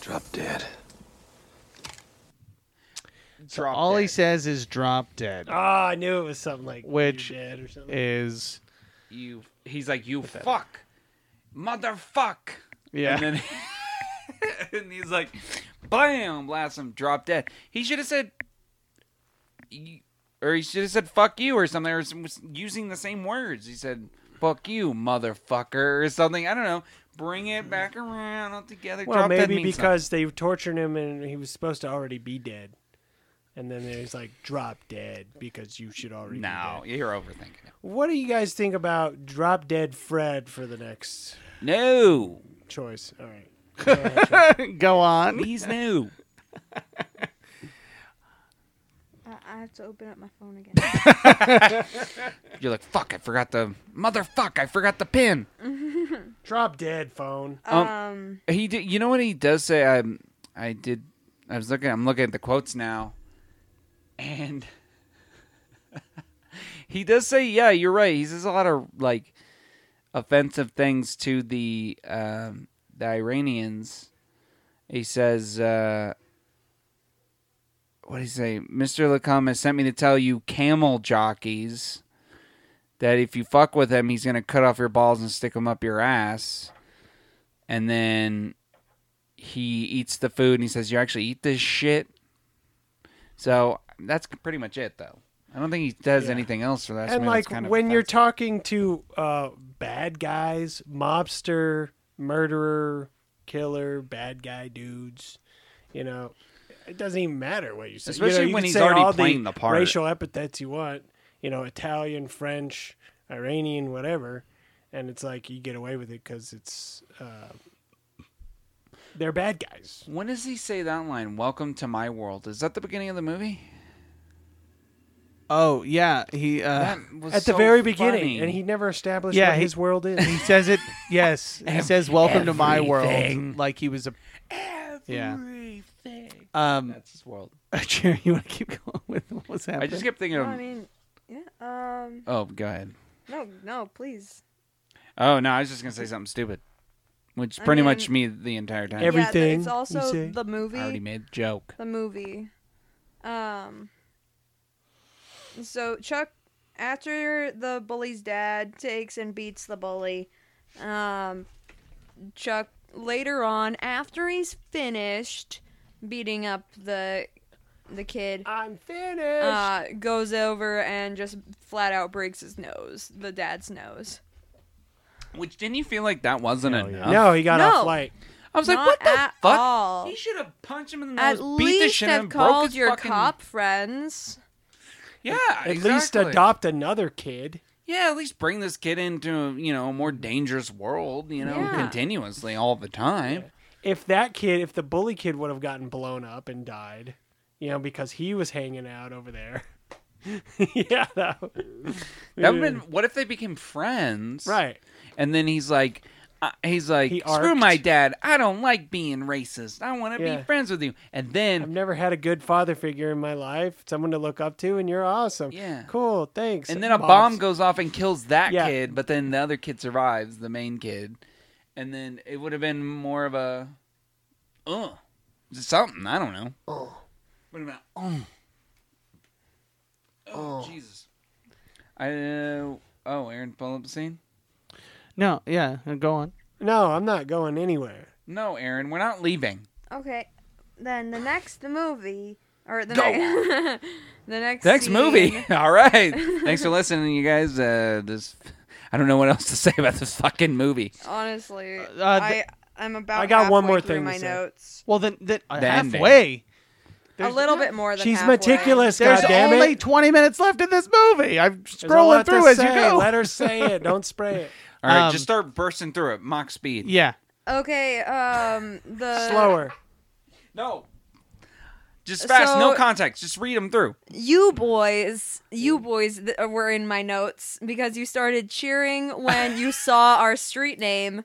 E: Drop dead.
A: So all he
C: dead.
A: says is "drop dead,"
B: Ah, I knew it was something like
A: Which
B: you dead or something.
A: is
C: You, he's like you fuck, motherfuck.
A: yeah.
C: And then and he's like, bam, blast him, drop dead. He should have said, you- or he should have said fuck you or something, or some, was using the same words. He said fuck you, motherfucker, or something. I don't know. Bring it back around all together.
B: well,
C: drop dead
B: maybe
C: means
B: because they tortured him and he was supposed to already be dead, and then there's like drop dead because you should already.
C: something.
B: be
C: no,
B: dead.
C: you're overthinking it.
B: What do you guys think about drop dead Fred for the next
C: No,
B: choice? All right.
A: go on.
C: he's new.
D: uh, I I have to open up my phone again.
C: You're like, fuck, I forgot the motherfuck, I forgot the pin.
B: Drop dead phone.
C: Um,
D: um,
C: He did. You know what he does say? I I did. I was looking. I'm looking at the quotes now, and he does say, "Yeah, you're right." He says a lot of like offensive things to the um, the Iranians. He says, uh, "What did he say?" Mister Lacombe has sent me to tell you, camel jockeys, that if you fuck with him, he's gonna cut off your balls and stick them up your ass and then he eats the food and he says, "You actually eat this shit." So that's pretty much it, though. I don't think he does
B: Yeah.
C: anything else for that. so
B: and
C: maybe
B: like
C: it's kind of
B: when you're
C: offensive.
B: talking to uh, bad guys, mobster, murderer, killer, bad guy dudes, you know, it doesn't even matter what you say. You know,
C: Especially
B: you
C: when
B: can
C: he's
B: say
C: already
B: all
C: playing the part.
B: Racial epithets you want, you know, Italian, French, Iranian, whatever, and it's like you get away with it because it's uh, they're bad guys.
C: when does he say that line? Welcome to my world. Is that the beginning of the movie?
A: Oh yeah, he uh,
C: That was
B: At the
C: so
B: very beginning,
C: funny.
B: and he never established
A: Yeah,
B: what
A: he-
B: his world is.
A: he says it. Yes, he says "Welcome to my world"
C: Everything.
A: like he was a yeah.
C: Everything.
A: um.
C: That's his world.
A: Jerry, you want to keep going with what's happening?
C: I just kept thinking
D: no,
C: of.
D: I mean, yeah. Um,
C: oh, go ahead.
D: no, no, please.
C: Oh no, I was just gonna say something stupid, which
D: I
C: pretty
D: mean-
C: much me the entire time.
B: Every-
D: yeah,
B: Everything
D: but it's
B: you
D: also
B: say.
D: the movie.
C: I already made the joke.
D: the movie. Um. So Chuck, after the bully's dad takes and beats the bully, um, Chuck later on after he's finished beating up the the kid,
B: I'm finished.
D: uh, goes over and just flat out breaks his nose, the dad's nose.
C: Which didn't you feel like that wasn't
B: Hell yeah.
C: enough?
B: No, he got
D: No.
B: off light.
C: I was
D: Not
C: like, what the
D: at
C: fuck?
D: all.
C: He should have punched him in the
D: At
C: nose, beat the
D: least
C: shit out of
D: have
C: him, broke
D: called
C: his
D: your
C: fucking...
D: cop friends.
C: Yeah,
B: At least adopt another kid.
C: Yeah, at least bring this kid into you know a more dangerous world. You know,
D: Yeah.
C: continuously all the time.
B: If that kid, if the bully kid would have gotten blown up and died, you know, because he was hanging out over there. yeah, that,
C: That would have been. What if they became friends?
B: right.
C: And then he's like. Uh, he's like,
B: He
C: screw
B: arced.
C: my dad. I don't like being racist. I want to
B: Yeah.
C: be friends with you. And
B: I've
C: then,
B: never had a good father figure in my life, someone to look up to, and you're awesome.
C: Yeah.
B: cool, thanks.
C: and then a
B: Bob's-
C: bomb goes off and kills that
B: Yeah.
C: kid. But then the other kid survives, the main kid. And then it would have been more of a, oh, something. I don't know. Oh, what about? Oh, oh, Jesus. I uh, oh, Aaron, pull up the scene.
A: no, yeah, uh, go on.
B: No, I'm not going anywhere.
C: No, Aaron, we're not leaving.
D: Okay, then the next movie or the
C: Go
D: next the next
C: Next
D: scene-
C: movie. All right. Thanks for listening, you guys. Uh, this, I don't know what else to say about this fucking movie.
D: Honestly,
A: uh,
D: I I'm about.
B: I got one
D: halfway
B: more
D: through
B: thing to
D: my
B: say.
D: notes.
A: Well, then, then uh,
C: The ending.
A: halfway.
D: A little bit more than
B: She's
D: halfway.
B: meticulous.
A: There's
B: God damn
A: only
B: it.
A: 20 minutes left in this movie. I'm
B: There's a
A: scrolling
B: lot to
A: through as you
B: say.
A: go.
B: Let her say it. Don't spray it.
C: All right,
A: Um,
C: just start bursting through it, mock speed.
A: yeah.
D: Okay, um, the
B: Slower.
C: No. Just fast, no
D: So-
C: context. Just read them through.
D: You boys, you boys th- uh, were in my notes because you started cheering when you saw our street name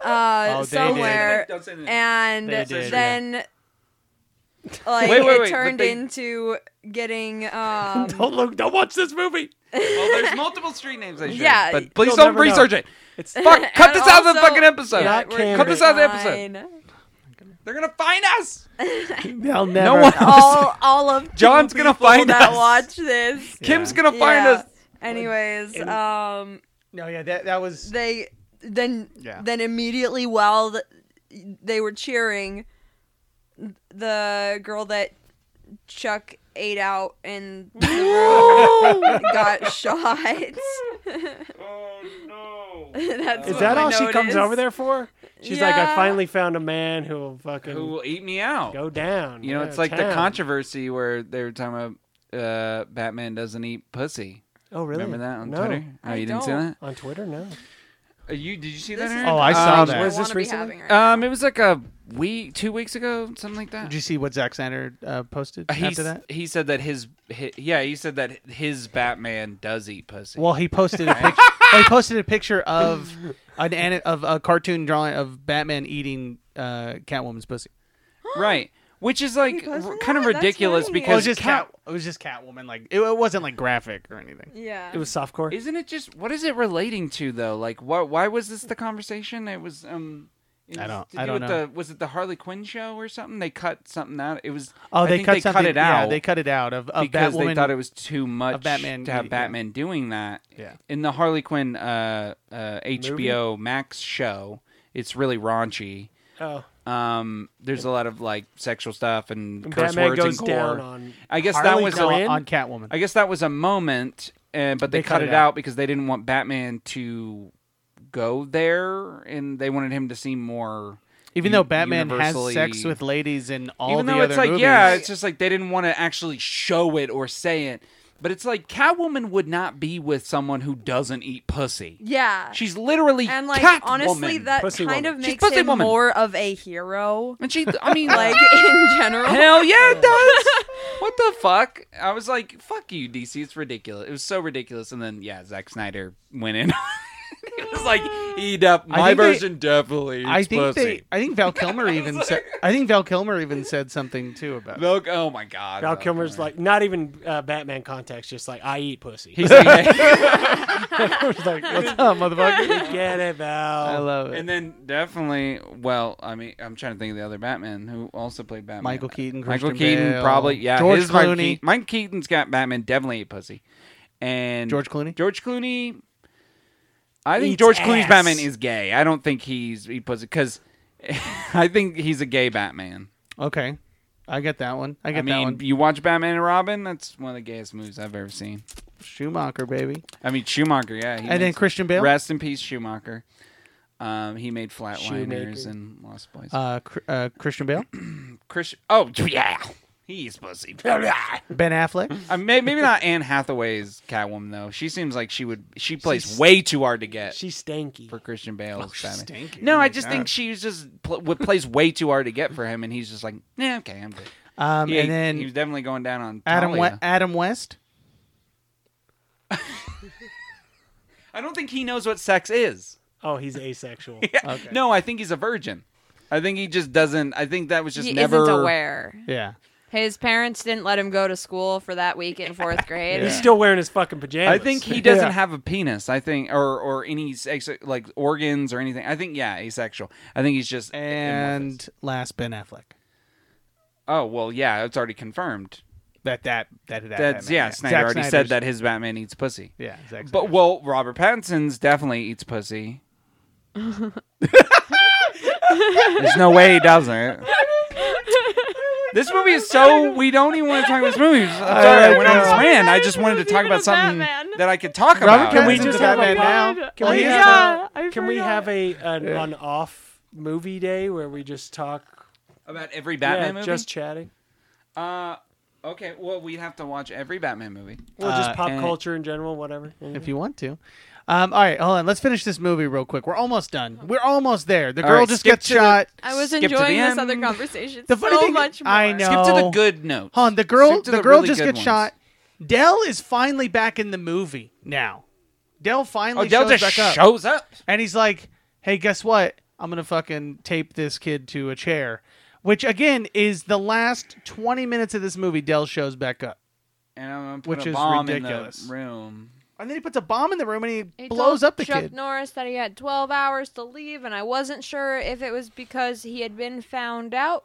D: uh,
A: Oh, they did.
D: somewhere,
C: Don't say anything.
D: and
A: They did,
D: then like
C: Wait, wait,
D: it
C: wait, but
D: turned
C: they-
D: into getting um,
B: Don't look. Don't watch this movie.
C: well, there's multiple street names. I should,
D: Yeah.
C: but please
B: You'll
C: don't
B: never
C: research
B: know.
C: it.
B: It's
C: Fuck, cut
D: And
C: this out of the
D: also-
C: fucking episode.
B: Yeah.
D: we're
B: Cut this
C: out of the episode.
D: fine.
C: They're gonna find us.
A: They'll never.
C: No one.
D: all all of
C: John's
D: two
C: gonna
D: people
C: find
D: that
C: us.
D: watch this.
C: Kim's gonna find
D: Yeah.
C: us.
D: Anyways,
A: And-
D: um,
A: No, yeah, that, that was.
D: they then
A: Yeah.
D: then immediately while th they were cheering, the girl that Chuck ate out in the room got shot.
C: Oh no.
D: That's
B: Is
D: what
B: that
D: my
B: all she
D: note
B: comes
D: is.
B: over there for? She's like, I
D: Yeah.
B: finally found a man who will fucking
C: Who will eat me out?
B: go down.
C: You know,
B: Yeah,
C: it's like the
B: town.
C: controversy where they were talking about uh, Batman doesn't eat pussy.
B: Oh, really?
C: Remember that on
B: no.
C: Twitter? Oh,
D: I
C: you didn't see
D: don't.
C: that?
B: On Twitter, no.
C: Uh, You did you see
F: This
C: that?
F: is
C: Aaron?
A: Oh, I saw
C: um,
A: that.
B: was
F: I
B: this
F: wanna be
B: recently?
F: having right
C: Um, it was like a week, two weeks ago, something like that.
A: Did you see what Zack Snyder uh, posted
C: Uh, he
A: after
C: s-
A: that?
C: he said that his, hi yeah, he said that his Batman does eat pussy.
A: Well, he posted a picture. he posted a picture of an ani- of a cartoon drawing of Batman eating uh, Catwoman's pussy.
C: right, which is like
F: He posted
C: kind of
F: that? That's
C: ridiculous
F: funny.
A: Well, it
C: because
A: was Oh, just
C: Cat-
A: cat. It was just Catwoman. Like it, it wasn't like graphic or anything.
F: now. Yeah.
B: It was softcore.
C: Isn't it just what is it relating to though? Like what? Why was this the conversation? It was um. It was
A: I don't-
C: to
A: I
C: do
A: don't
C: with
A: know.
C: The, was it the Harley Quinn show or something? They cut something out. It was.
A: Oh,
C: I
A: they
C: think
A: cut
C: they
A: something.
C: cut it out.
A: Yeah, they cut it out of, of
C: because
A: Batwoman.
C: they thought it was too much
A: Batman
C: to have
A: media, yeah.
C: Batman doing that.
A: Yeah.
C: In the Harley Quinn uh, uh, HBO Max show, it's really raunchy.
B: Oh,
C: Um, there's a lot of like sexual stuff and curse
B: Batman
C: words
B: goes
C: and gore.
B: down on.
C: I guess that
B: Harley
C: was
A: on,
B: Quinn?
C: a,
A: on Catwoman.
C: I guess that was a moment, and but they, cut, it out. because they didn't want Batman to go there, and they wanted him to seem more.
A: Even
C: u-
A: though Batman has
C: universally-
A: sex with ladies in all
C: even
A: the
C: though
A: other
C: it's like
A: movies,
C: yeah, it's just like they didn't want to actually show it or say it. But it's like Catwoman would not be with someone who doesn't eat pussy.
F: yeah.
C: She's literally
F: and like
C: Catwoman.
F: honestly, that
B: Pussy
F: kind
B: woman.
F: of
C: She's
F: makes
C: pussy
F: him
C: woman.
F: more of a hero.
C: and she, I mean,
F: Like
C: like
F: in
D: Oh
F: general.
C: hell yeah, it does. what the fuck? I was like, fuck you, DC. It's ridiculous. It was so ridiculous. And then yeah, Zack Snyder went in. it was like eat up
A: I
C: my
A: think they-
C: version definitely. Eats
A: I think
C: pussy.
A: they. I think Val Kilmer even said. I think Val Kilmer even said something too about. it.
C: Val, oh my god.
B: Val Kilmer's like not even uh, Batman context, just like I eat pussy.
C: He's like,
B: He's like,
A: What's up, motherfucker?
B: get it, Val.
A: I love it.
C: and then definitely, well, I mean, I'm trying to think of the other Batman who also played Batman.
A: Michael Keaton,
C: Michael
A: Christian
C: Keaton,
A: Bale,
C: probably. Yeah,
A: George
C: his Mike
A: Clooney.
C: Keat- Mike Keaton's got Batman definitely eat pussy, and
A: George Clooney?
C: George Clooney. I think
B: Eats
C: George Clooney's
B: ass.
C: Batman is gay. I don't think he's he pussy because I think he's a gay Batman.
A: Okay, I get that one. I
C: I
A: get that
C: mean,
A: one.
C: you watch Batman and Robin. That's one of the gayest movies I've ever seen.
A: Schumacher, baby,
C: I mean, Schumacher. Yeah, he
A: and then
C: makes-
A: Christian Bale.
C: Rest in peace, Schumacher. Um, he made Flatliners
B: Shoemaker.
C: and Lost Boys.
A: uh, Cr- uh, Christian Bale,
C: Chris, oh yeah, he's pussy. uh,
A: Ben Affleck.
C: may, maybe not Anne Hathaway's Catwoman though. She seems like she would. She plays way too hard to get
B: She's stanky.
C: for Christian Bale's Batman.
A: stinky.
C: No,
A: Oh
C: I
A: my
C: just
A: God.
C: think she's just pl- w- plays way too hard to get for him, and he's just like, yeah, okay, I'm good.
A: Um,
C: He-
A: and then
C: he was definitely going down on
A: Adam
C: Talia.
A: we- Adam West.
C: I don't think he knows what sex is.
B: Oh, he's asexual.
A: Okay.
C: No, I think he's a virgin. I think he just doesn't. I think that was just
D: he
C: never
D: isn't aware.
A: Yeah.
D: His parents didn't let him go to school for that week in fourth grade.
B: He's still wearing his fucking
C: I
B: pajamas.
C: think he doesn't
B: Yeah.
C: have a penis. I think, or or any sex, like organs or anything. I think, yeah, asexual. I think he's just amorphous.
A: And last, Ben Affleck.
C: oh well, yeah, it's already confirmed.
A: That that that that.
C: That's
A: Batman,
C: yeah. Snyder
A: Zack
C: already said
A: Snyder's-
C: that his Batman eats pussy.
A: Yeah, Zack
C: But
A: Snyder.
C: well, Robert Pattinson's definitely eats pussy. There's no way he doesn't. This movie is so we don't even want to talk about this movie. I'm sorry, I went on this rant. I just wanted to talk about something that I could talk about.
B: Can we
A: Pattinson's
B: just
A: the
B: have a
A: Batman
B: pod-
A: now?
B: Can
A: Oh,
B: we
A: yeah.
B: have a, can we have a an, an off movie day where we just talk
C: about every
B: yeah,
C: Batman movie?
B: just chatting?
C: Uh, okay. Well, we'd have to watch every Batman movie.
B: Well, just
A: Uh,
B: pop
C: and-
B: culture in general, whatever.
A: if you want to. Um, all right, hold on. Let's finish this movie real quick. We're almost done. We're almost there. The
C: All
A: girl
C: right,
A: just
C: skip
A: gets
C: to the-
A: shot.
D: I was
C: Skip to the
D: enjoying this
C: end.
D: other conversation
A: The funny
D: so
A: thing-
D: much more.
A: I know.
C: Skip to the
A: No.
C: good notes.
A: Hold on, the girl.
C: Skip to
A: The, girl
C: really
A: just
C: good
A: gets
C: ones.
A: shot. Dell is finally back in the movie now. Dell
C: Oh,
A: finally
C: Dell
A: shows
C: just
A: back up.
C: shows up.
A: and he's like, "Hey, guess what? I'm gonna fucking tape this kid to a chair," which again is the last 20 minutes of this movie. Dell shows back up,
C: And I'm gonna put
A: Which
C: a
A: is
C: bomb
A: ridiculous.
C: in the room.
A: and then he puts a bomb in the room and he,
D: He
A: blows
D: told
A: up the
D: Chuck
A: kid.
D: Norris that he had 12 hours to leave, and I wasn't sure if it was because he had been found out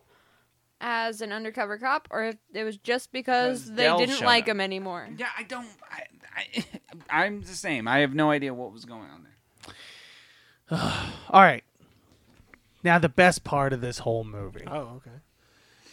D: as an undercover cop or if it was just because
C: Because
D: they
C: Dell
D: didn't
C: showed
D: like
C: up.
D: him anymore.
C: Yeah, I don't. I, I, I'm the same. I have no idea what was going on there.
A: All right. Now the best part of this whole movie,
B: Oh, okay.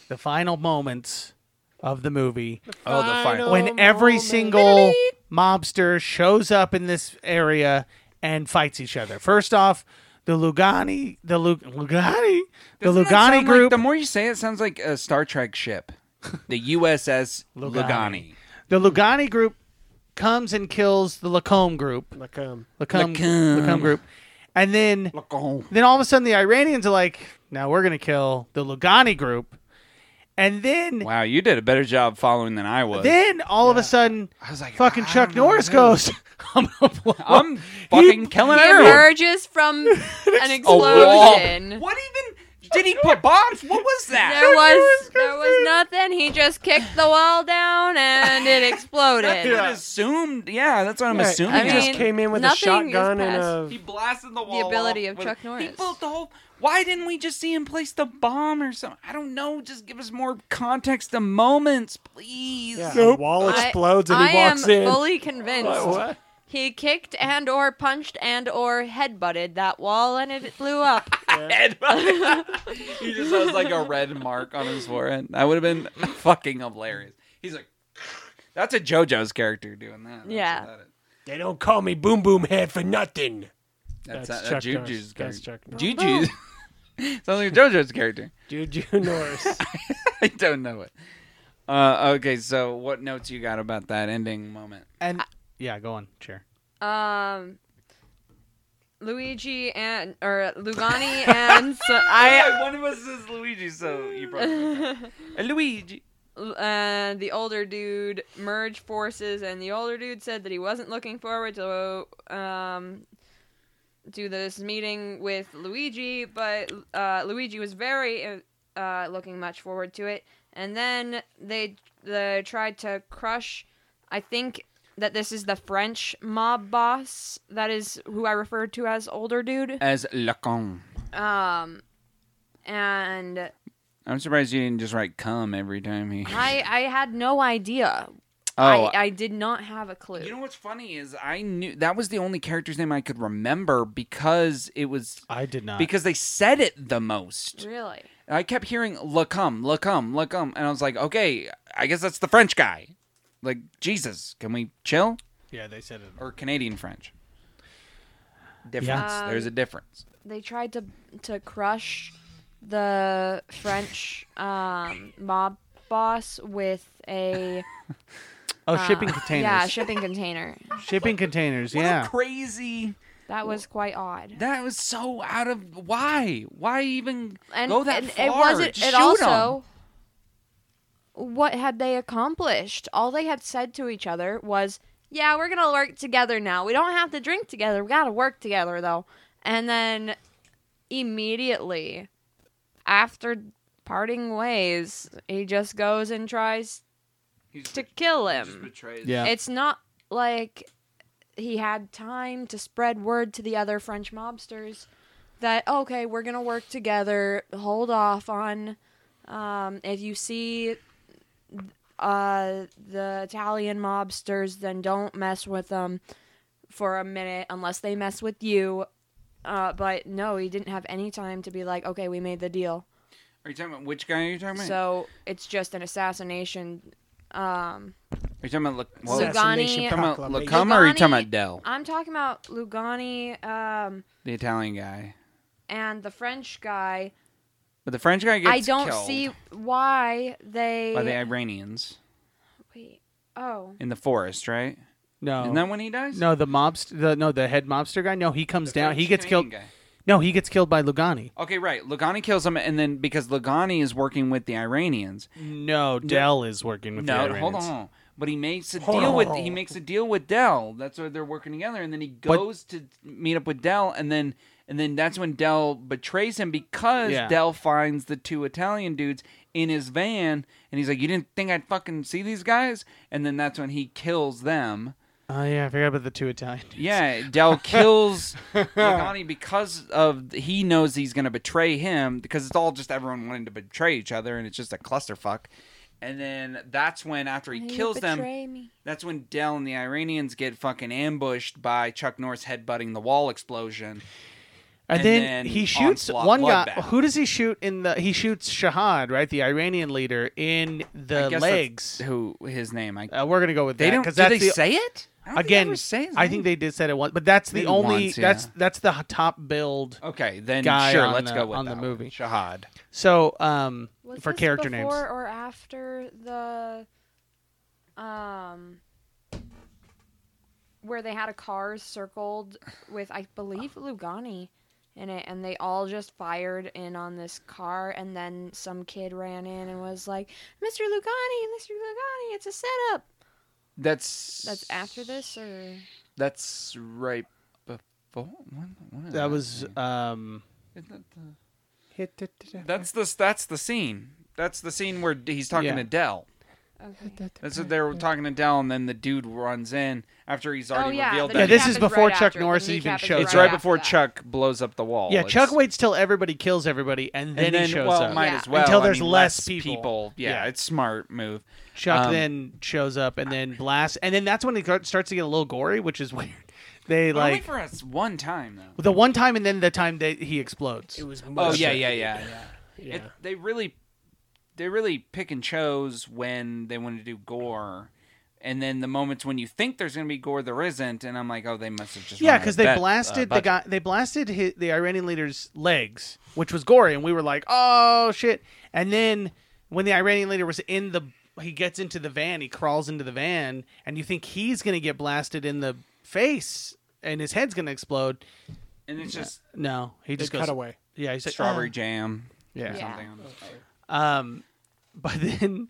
A: the final moments of the movie,
C: Oh, the fire.
B: Final-
A: when every
B: moment.
A: single mobster shows up in this area and fights each other. First off, the Lugani, the Lu- Lugani, the
C: Doesn't that sound
A: Lugani
C: like-
A: group.
C: the more you say it, it sounds like a Star Trek ship, the USS
A: Lugani.
C: Lugani.
A: The Lugani group comes and kills the Lacombe group.
B: Like, um,
A: Lacombe,
C: Lacombe.
A: Lacombe group. And then
C: Look on.
A: then all of a sudden the Iranians are like, now we're going to kill the Lugani group. And then
C: Wow, you did a better job following than I was.
A: then all of a sudden
C: I was like,
A: fucking
C: I
A: Chuck
C: don't know
A: Norris
C: who.
A: goes, I'm going to blow up."
C: I'm fucking killing
D: He
C: everyone.
D: emerges from an
C: wall.
D: explosion.
C: What even? Did he put bombs? What was that?
D: There was there was nothing. He just kicked the wall down and it exploded.
C: I assumed. Yeah, that's what I'm
B: Right.
C: assuming.
D: I
B: he just
D: mean,
B: came in with a
D: nothing is
B: shotgun and
D: past-
B: a.
C: he blasted the wall.
D: ability
C: off
D: of
C: with-
D: Chuck
C: He
D: Norris.
C: built the whole. Why didn't we just see him place the bomb or something? I don't know. Just give us more context to moments, please.
B: Yeah,
A: Nope.
B: A wall explodes and he
D: I
B: walks
D: am
B: in.
D: fully convinced.
B: Like, what?
D: He kicked and or punched and or headbutted that wall and it blew up.
C: Headbutt. he just has like a red mark on his forehead. That would have been fucking hilarious. He's like, that's a JoJo's character doing that. That's
D: Yeah.
C: about it.
B: They don't call me Boom Boom Head for nothing.
C: That's,
B: That's
C: a- a
B: Chuck Norris.
C: Juju's
B: That's
C: character.
B: Chuck Norris.
C: Juju's. Sounds like JoJo's character.
B: Juju Norris.
C: I don't know it. Uh, okay, so what notes you got about that ending moment?
A: and yeah, go on, chair.
D: Um, Luigi and or Lugani and so I
C: one of us is Luigi, so you probably Luigi.
D: uh, the older dude merge forces, and the older dude said that he wasn't looking forward to um to this meeting with Luigi, but uh, Luigi was very uh, looking much forward to it. And then they they tried to crush. I think that this is the French mob boss. That is who I referred to as older dude.
C: As Lacan.
D: Um, and
C: I'm surprised you didn't just write "come" every time he.
D: I I had no idea
C: Oh,
D: I, I did not have a clue.
C: You know what's funny is I knew that was the only character's name I could remember because it was
A: I did not.
C: because they said it the most.
D: really?
C: And I kept hearing Lacum, Lacum, Lacum, and I was like, okay, I guess that's the French guy. Like Jesus, can we chill?
A: yeah, they said it.
C: Or Canadian French? Difference.
D: Yeah.
C: There's a difference.
D: They tried to to crush the French um, mob boss with a
A: Oh, shipping containers.
D: yeah shipping container.
A: shipping containers.
C: What a
A: Yeah.
C: crazy.
D: That was quite odd.
C: That was so out of why? Why even
D: And,
C: go that
D: and
C: far?
D: it wasn't.
C: Shoot
D: It
C: 'em.
D: also. What had they accomplished? All they had said to each other was, "Yeah, we're gonna work together now. We don't have to drink together. We gotta work together though." And then immediately after parting ways, he just goes and tries
C: He's
D: to kill
C: just
D: him.
C: betrayed.
A: Yeah.
D: It's not like he had time to spread word to the other French mobsters that okay, we're going to work together. Hold off on um if you see uh the Italian mobsters then don't mess with them for a minute unless they mess with you. Uh, but no, he didn't have any time to be like, okay, we made the deal.
C: Are you talking about which guy are you talking about?
D: So it's just an assassination. Um,
C: are you talking about Lac-
D: So
C: well,
D: Zugani- Gandhi-
C: talking about
B: Proclamation.
C: Lacum or are you talking
D: Lugani-
C: about Dell,
D: I'm talking about Lugani um,
C: the Italian guy?
D: and the French guy.
C: But the French guy gets
D: I don't
C: killed
D: see why they.
C: by the Iranians
D: Wait. Oh.
C: in the forest, right?
A: No.
C: Isn't that when he dies?
A: no, the mobster. The, no, the head mobster guy. No, he comes
C: The
A: down. He
C: French
A: gets killed.
C: Canadian guy.
A: No, he gets killed by Lugani.
C: Okay, right. Lugani kills him, and then because Lugani is working with the Iranians,
A: No, Dell is working with
C: no,
A: the
C: hold
A: Iranians.
C: on. But he makes a
B: Hold
C: deal with
B: on.
C: he makes a deal with Dell. That's why they're working together. And then he goes to meet up with Dell, and then and then that's when Dell betrays him because
A: Yeah.
C: Dell finds the two Italian dudes in his van, and he's like, "You didn't think I'd fucking see these guys?" And then that's when he kills them.
A: Oh yeah, I forgot about the two Italian. dudes.
C: Yeah, Dell kills Lugani because of he knows he's going to betray him because it's all just everyone wanting to betray each other and it's just a clusterfuck. And then that's when after he
D: You
C: kills them,
D: betray me.
C: that's when Dell and the Iranians get fucking ambushed by Chuck Norris headbutting the wall explosion.
A: And,
C: And
A: then,
C: then
A: he shoots
C: onslaught
A: one guy.
C: bloodbath.
A: Who does he shoot in the? He shoots Shahad, right, the Iranian leader, in
C: I
A: the
C: guess that's
A: legs.
C: Who his name? I
A: Uh, we're gonna go with
C: they
A: that
C: don't.
A: 'cause
C: Do
A: that's
C: they
A: the,
C: say it? I don't think they
A: again.
C: ever say his
A: I
C: name.
A: think they did say it once, but that's the
C: Maybe
A: only.
C: once,
A: That's
C: yeah.
A: that's the h- top build.
C: Okay, then
A: Guy
C: sure.
A: on
C: Let's
A: the-
C: go with
A: on the
C: that one.
A: movie.
C: Shahad.
A: So um,
D: Was
A: for
D: this
A: character
D: before
A: names.
D: or after the um where they had a car circled with I believe Lugani in it and they all just fired in on this car and then some kid ran in and was like, "Mr. Lugani, Mr. Lugani, it's a setup."
C: That's
D: That's after this or
C: That's right before. When, when did
A: That was
C: scene?
A: um,
C: Isn't that the-
B: Hit the- the-
C: That's the that's the scene. That's the scene where he's talking
A: Yeah.
C: to Dell.
D: okay.
C: That's what they're talking to Dell, and then the dude runs in after he's already
D: oh yeah.
C: revealed
D: the
C: that.
A: Yeah, this
D: kneecap
A: is before
D: right
A: Chuck
D: after- the
A: Norris
D: kneecap
A: even
D: is
A: shows
C: it's
A: up.
C: right,
D: after
C: before
D: that.
C: Chuck blows up the wall.
A: yeah.
C: It's-
A: Chuck waits till everybody kills everybody, and then,
C: and then
A: he shows
C: well,
A: up.
C: might
D: Yeah.
C: as well
A: Until
C: I
A: there's
C: mean,
A: less
C: less
A: people.
C: Yeah,
A: Yeah.
C: it's smart move.
A: Chuck
C: Um,
A: then shows up, and then blasts, and then that's when it gar- starts to get a little gory, which is weird. They
C: But only
A: like
C: for us one time though.
A: the one time, and then the time that he explodes.
B: It was.
C: Oh yeah,
B: mustard.
C: yeah, yeah, yeah.
B: yeah.
C: It, they really, they really pick and chose when they want to do gore, and then the moments when you think there's going to be gore, there isn't, and I'm like, oh, they must have just
A: Yeah,
C: run out
A: because
C: of
A: they
C: bet- uh,
A: blasted the
C: budget.
A: guy. They blasted hi the Iranian leader's legs, which was gory, and we were like, "Oh shit!" And then when the Iranian leader was in the, he gets into the van. He crawls into the van, and you think he's gonna get blasted in the face, and his head's gonna explode.
C: and it's just
A: No, he
B: They
A: just
B: cut
A: goes
B: away.
A: Yeah, he's like, "Ah."
C: strawberry jam.
A: Yeah.
D: Yeah.
C: Something on the fire.
A: Um, but then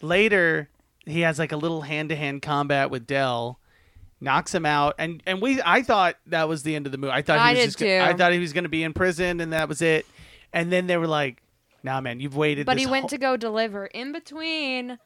A: later he has like a little hand to hand combat with Dell, knocks him out, and and we I thought that was the end of the movie. I thought
D: I
A: he was
D: did
A: just gonna- I
D: too.
A: thought he was going to be in prison and that was it. And then they were like, "Nah, man, you've waited."
D: But
A: this
D: he went
A: whole-
D: to go deliver in between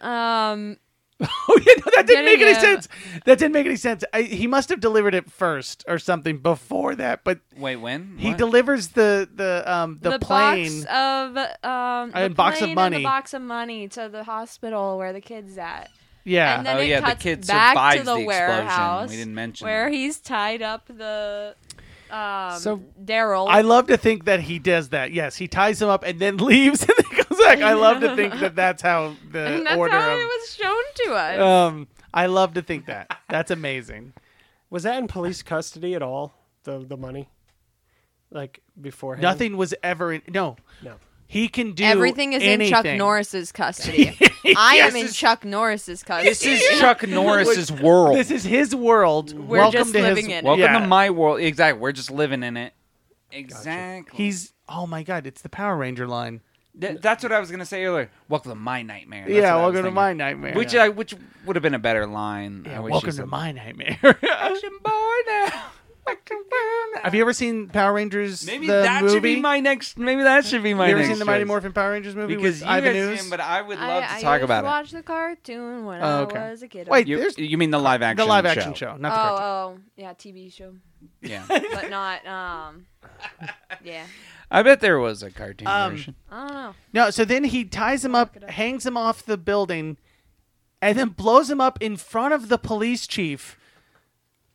D: um
A: oh yeah, no, that didn't make any
D: Getting him-
A: sense. That didn't make any sense. I, he must have delivered it first or something before that. But
C: Wait, when
A: he
C: What?
A: delivers the the um the, plane.
D: box of um the
A: And box of
D: plane
A: money.
D: and the box of money to the hospital where the kid's at.
A: yeah,
D: And then
C: Oh,
D: it
C: yeah, the
D: cuts
C: kid
D: back
C: survives
D: to the,
C: the explosion. We
D: warehouse.
C: didn't mention
D: where
C: that.
D: he's tied up the um,
B: So-
D: Daryl.
A: I love to think that he does that. Yes, he ties him up and then leaves and then goes back. I love to think that that's how the
D: and that's
A: order.
D: how
A: of-
D: it was shown to us.
A: um, I love to think that. That's amazing.
B: Was that in police custody at all? The the money, like beforehand.
A: Nothing was ever in. No,
B: No.
A: he can do
D: Everything is in Chuck
A: anything.
D: Norris's custody. I
A: Yes,
D: am in
A: it's-
D: Chuck Norris's custody.
C: This is Chuck Norris's world.
A: This is his world.
D: We're
A: Welcome
D: just
A: to
D: living
A: his.
D: in it.
C: Welcome
A: yeah.
C: to my world. Exactly. We're just living in it. Exactly.
A: He's. Oh my God! It's the Power Ranger line.
C: Th- that's what I was gonna say earlier. Welcome to my nightmare. That's
A: yeah,
C: what I was
A: welcome to
C: thinking.
A: my nightmare.
C: Which
A: yeah.
C: I, which would have been a better line. I
A: Yeah,
C: wish
A: welcome
C: she
A: to
C: said-
A: my nightmare. Have
C: Have
A: you ever seen Power Rangers?
C: Maybe
A: the
C: that
A: movie?
C: should be my next. Maybe that should be
A: Have
C: my
A: you ever
C: next.
A: seen the Mighty
C: choice.
A: Morphin Power Rangers movie
C: Because
A: with
C: you
A: Ivan
C: guys see
A: Ooze?
C: him, but I would love
D: I,
C: to talk
D: I
C: about it.
D: watch the cartoon when
A: Oh, okay.
D: I was a kid.
A: Wait,
C: You,
A: There's-
C: you mean the live action?
A: the live action show,
D: oh,
A: not the cartoon.
D: oh, yeah, TV show,
C: Yeah,
D: but not um, yeah.
C: I bet there was a cartoon
A: Um,
C: version.
D: I don't know.
A: No, so then he ties him up, hangs him off the building, and then blows him up in front of the police chief.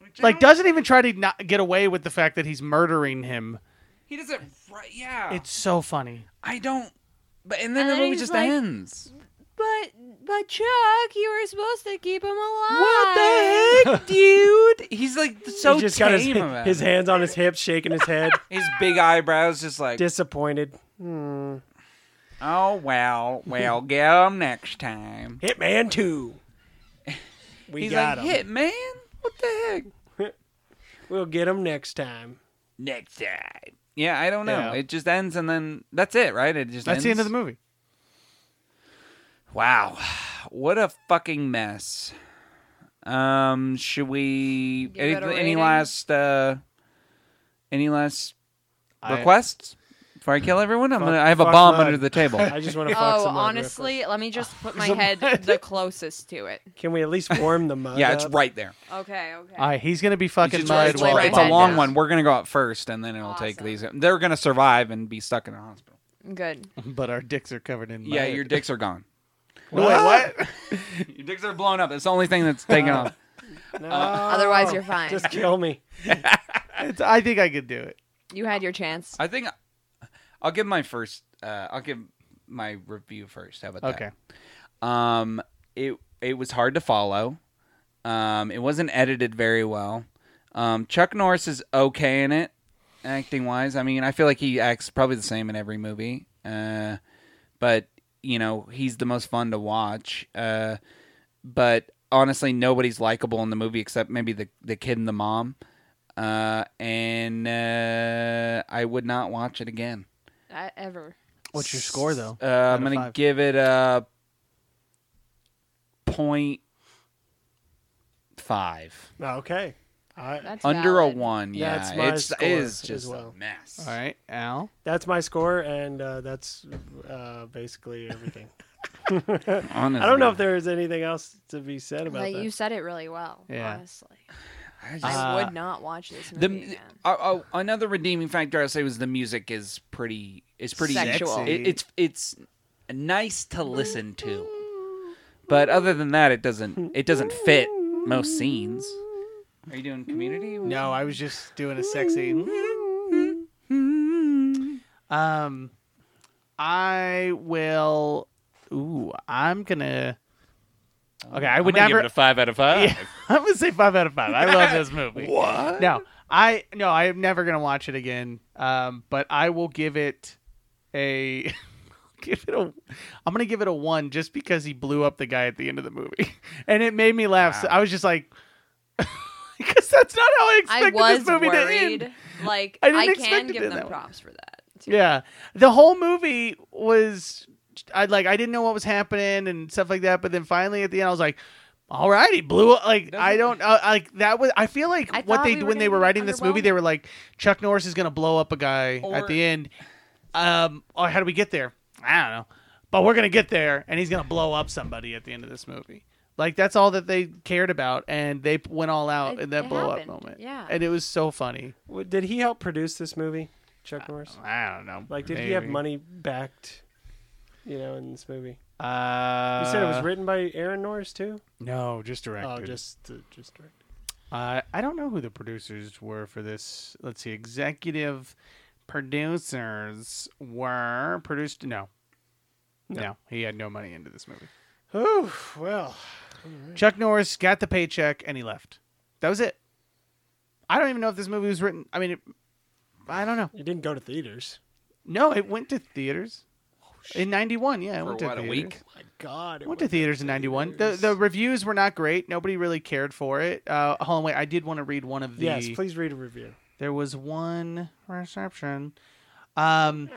C: Oh.
A: Like, doesn't even try to not get away with the fact that he's murdering him.
C: He doesn't. Right, yeah,
A: It's so funny.
C: I don't. But and then
D: And
C: the
D: then
C: movie
D: he's
C: just
D: like-
C: ends.
D: But but Chuck, you were supposed to keep him alive.
C: What the heck, dude? He's like so
B: he just
C: tame
B: got his,
C: about
B: his
C: it.
B: hands on his hips, shaking his head,
C: His big eyebrows just like,
B: disappointed. Hmm.
C: oh well, well, get him next time.
B: Hitman two. We
C: He's
B: got
C: like,
B: him.
C: hit man, what the heck?
B: We'll get him next time.
C: Next time. Yeah, I don't know.
A: Yeah.
C: It just ends and then that's it, right? It just
A: That's
C: ends.
A: the end of the movie.
C: Wow, what a fucking mess. Um, should we
D: Give
C: any,
D: it a
C: any
D: rating?
C: last uh any last
A: I-
C: requests before I kill everyone? I'm
B: Fuck-
C: gonna I have a
B: fuck
C: bomb
B: mud.
C: under the table.
B: I just want to fuck
D: Oh,
B: some mud real
D: honestly, let me just put my head the closest to it.
B: quick. Can we at least warm the mud?
C: yeah, it's
B: up?
C: right there.
D: Okay, okay.
A: All right, he's gonna be fucking
C: It's
A: mud.
C: just-
A: while
D: right
A: the
C: It's
D: there.
A: bomb
C: a long
A: goes.
C: one. We're gonna go out first, and then it'll take
D: Awesome.
C: these. They're gonna survive and be stuck in a hospital.
D: Good.
A: But our dicks are covered in mud.
C: Yeah, your dicks are gone.
A: Wait, what?
C: Your dicks are blown up. It's the only thing that's taken off.
B: No.
D: Uh, Otherwise, you're fine.
B: Just kill me.
A: It's- I think I could do it.
D: You had your chance.
C: I think I'll give my first. Uh, I'll give my review first. How about
A: Okay.
C: that? Um, it it was hard to follow. Um, it wasn't edited very well. Um, Chuck Norris is okay in it, acting wise. I mean, I feel like he acts probably the same in every movie. Uh, but you know, he's the most fun to watch. Uh, but honestly nobody's likable in the movie except maybe the the kid and the mom. Uh, and uh, I would not watch it again.
D: I, ever.
A: What's your score though?
C: Uh, I'm
A: of
C: gonna
A: five.
C: give it a point five.
B: Okay. I,
D: That's
C: Under
D: valid.
C: a one, yeah.
B: That's my
C: it's
B: score
C: it is
B: as
C: just
B: well.
C: a mess.
A: All right, Al.
B: that's my score, and uh, that's uh, basically everything.
C: Honestly,
B: I don't know if there's anything else to be said about
D: Like,
B: that.
D: you said it really well.
A: Yeah.
D: Honestly,
C: I just-
D: I
A: Uh,
D: would not watch this
C: the
D: movie. again.
C: oh, oh, another redeeming factor I'd say was the music is pretty is pretty
D: Sexual.
C: It, it's it's nice to listen to, but other than that, it doesn't it doesn't fit most scenes. Are you doing Community?
A: No, I was just doing a sexy. Um, I will. Ooh, I'm gonna. Okay, I would never.
C: I'm gonna give it a five out of five.
A: Yeah, I'm gonna say five out of five. I love this movie. what? No, I no, I am never gonna watch it again. Um, but I will give it a give it a. I'm gonna give it a one just because he blew up the guy at the end of the movie, and it made me laugh. So I was just like, because that's not how I
D: I
A: expected
D: was
A: this movie
D: worried.
A: to end.
D: Like
A: I didn't
D: I,
A: expect
D: can
A: it
D: give
A: to
D: them
A: that way.
D: props for that.
A: Yeah, the whole movie was. I like I didn't know what was happening and stuff like that, but then finally at the end I was like, "All right, he blew up." Like I don't uh, like that was. I feel like
D: I
A: what
D: thought
A: they
D: we
A: do
D: were
A: when they
D: gonna
A: were
D: be
A: writing this movie,
D: underwhelmed.
A: they were like, "Chuck Norris is gonna blow up a guy
C: Or-
A: at the end." Um, or how do we get there? I don't know, but we're gonna get there, and he's gonna blow up somebody at the end of this movie. Like that's all that they cared about, and they went all out
D: It-
A: in that
D: it
A: blow up
D: happened,
A: moment.
D: yeah.
A: and it was so funny.
B: W- Did he help produce this movie, Chuck Norris?
A: I don't know.
B: Like, did he have
A: maybe.
B: money backed, you know, in this movie?
A: Uh,
B: You said it was written by Aaron Norris too.
A: No, just directed.
B: Oh, just to, just direct.
A: Uh, I don't know who the producers were for this. Let's see, executive producers were produced. No. No, he had no money into this movie.
B: Oh well,
A: Chuck Norris got the paycheck and he left. That was it. I don't even know if this movie was written. I mean, it, I don't know.
B: it didn't go to theaters.
A: No, it went to theaters
B: Oh,
A: in '91. Yeah, it
C: For
A: went to
C: what, a
A: theaters.
C: week?
B: My God, it
A: went to theaters in '91. The the reviews were not great. Nobody really cared for it. Uh, hold on, wait. I did want to read one of the.
B: Yes, please read a review.
A: There was one reception. Um,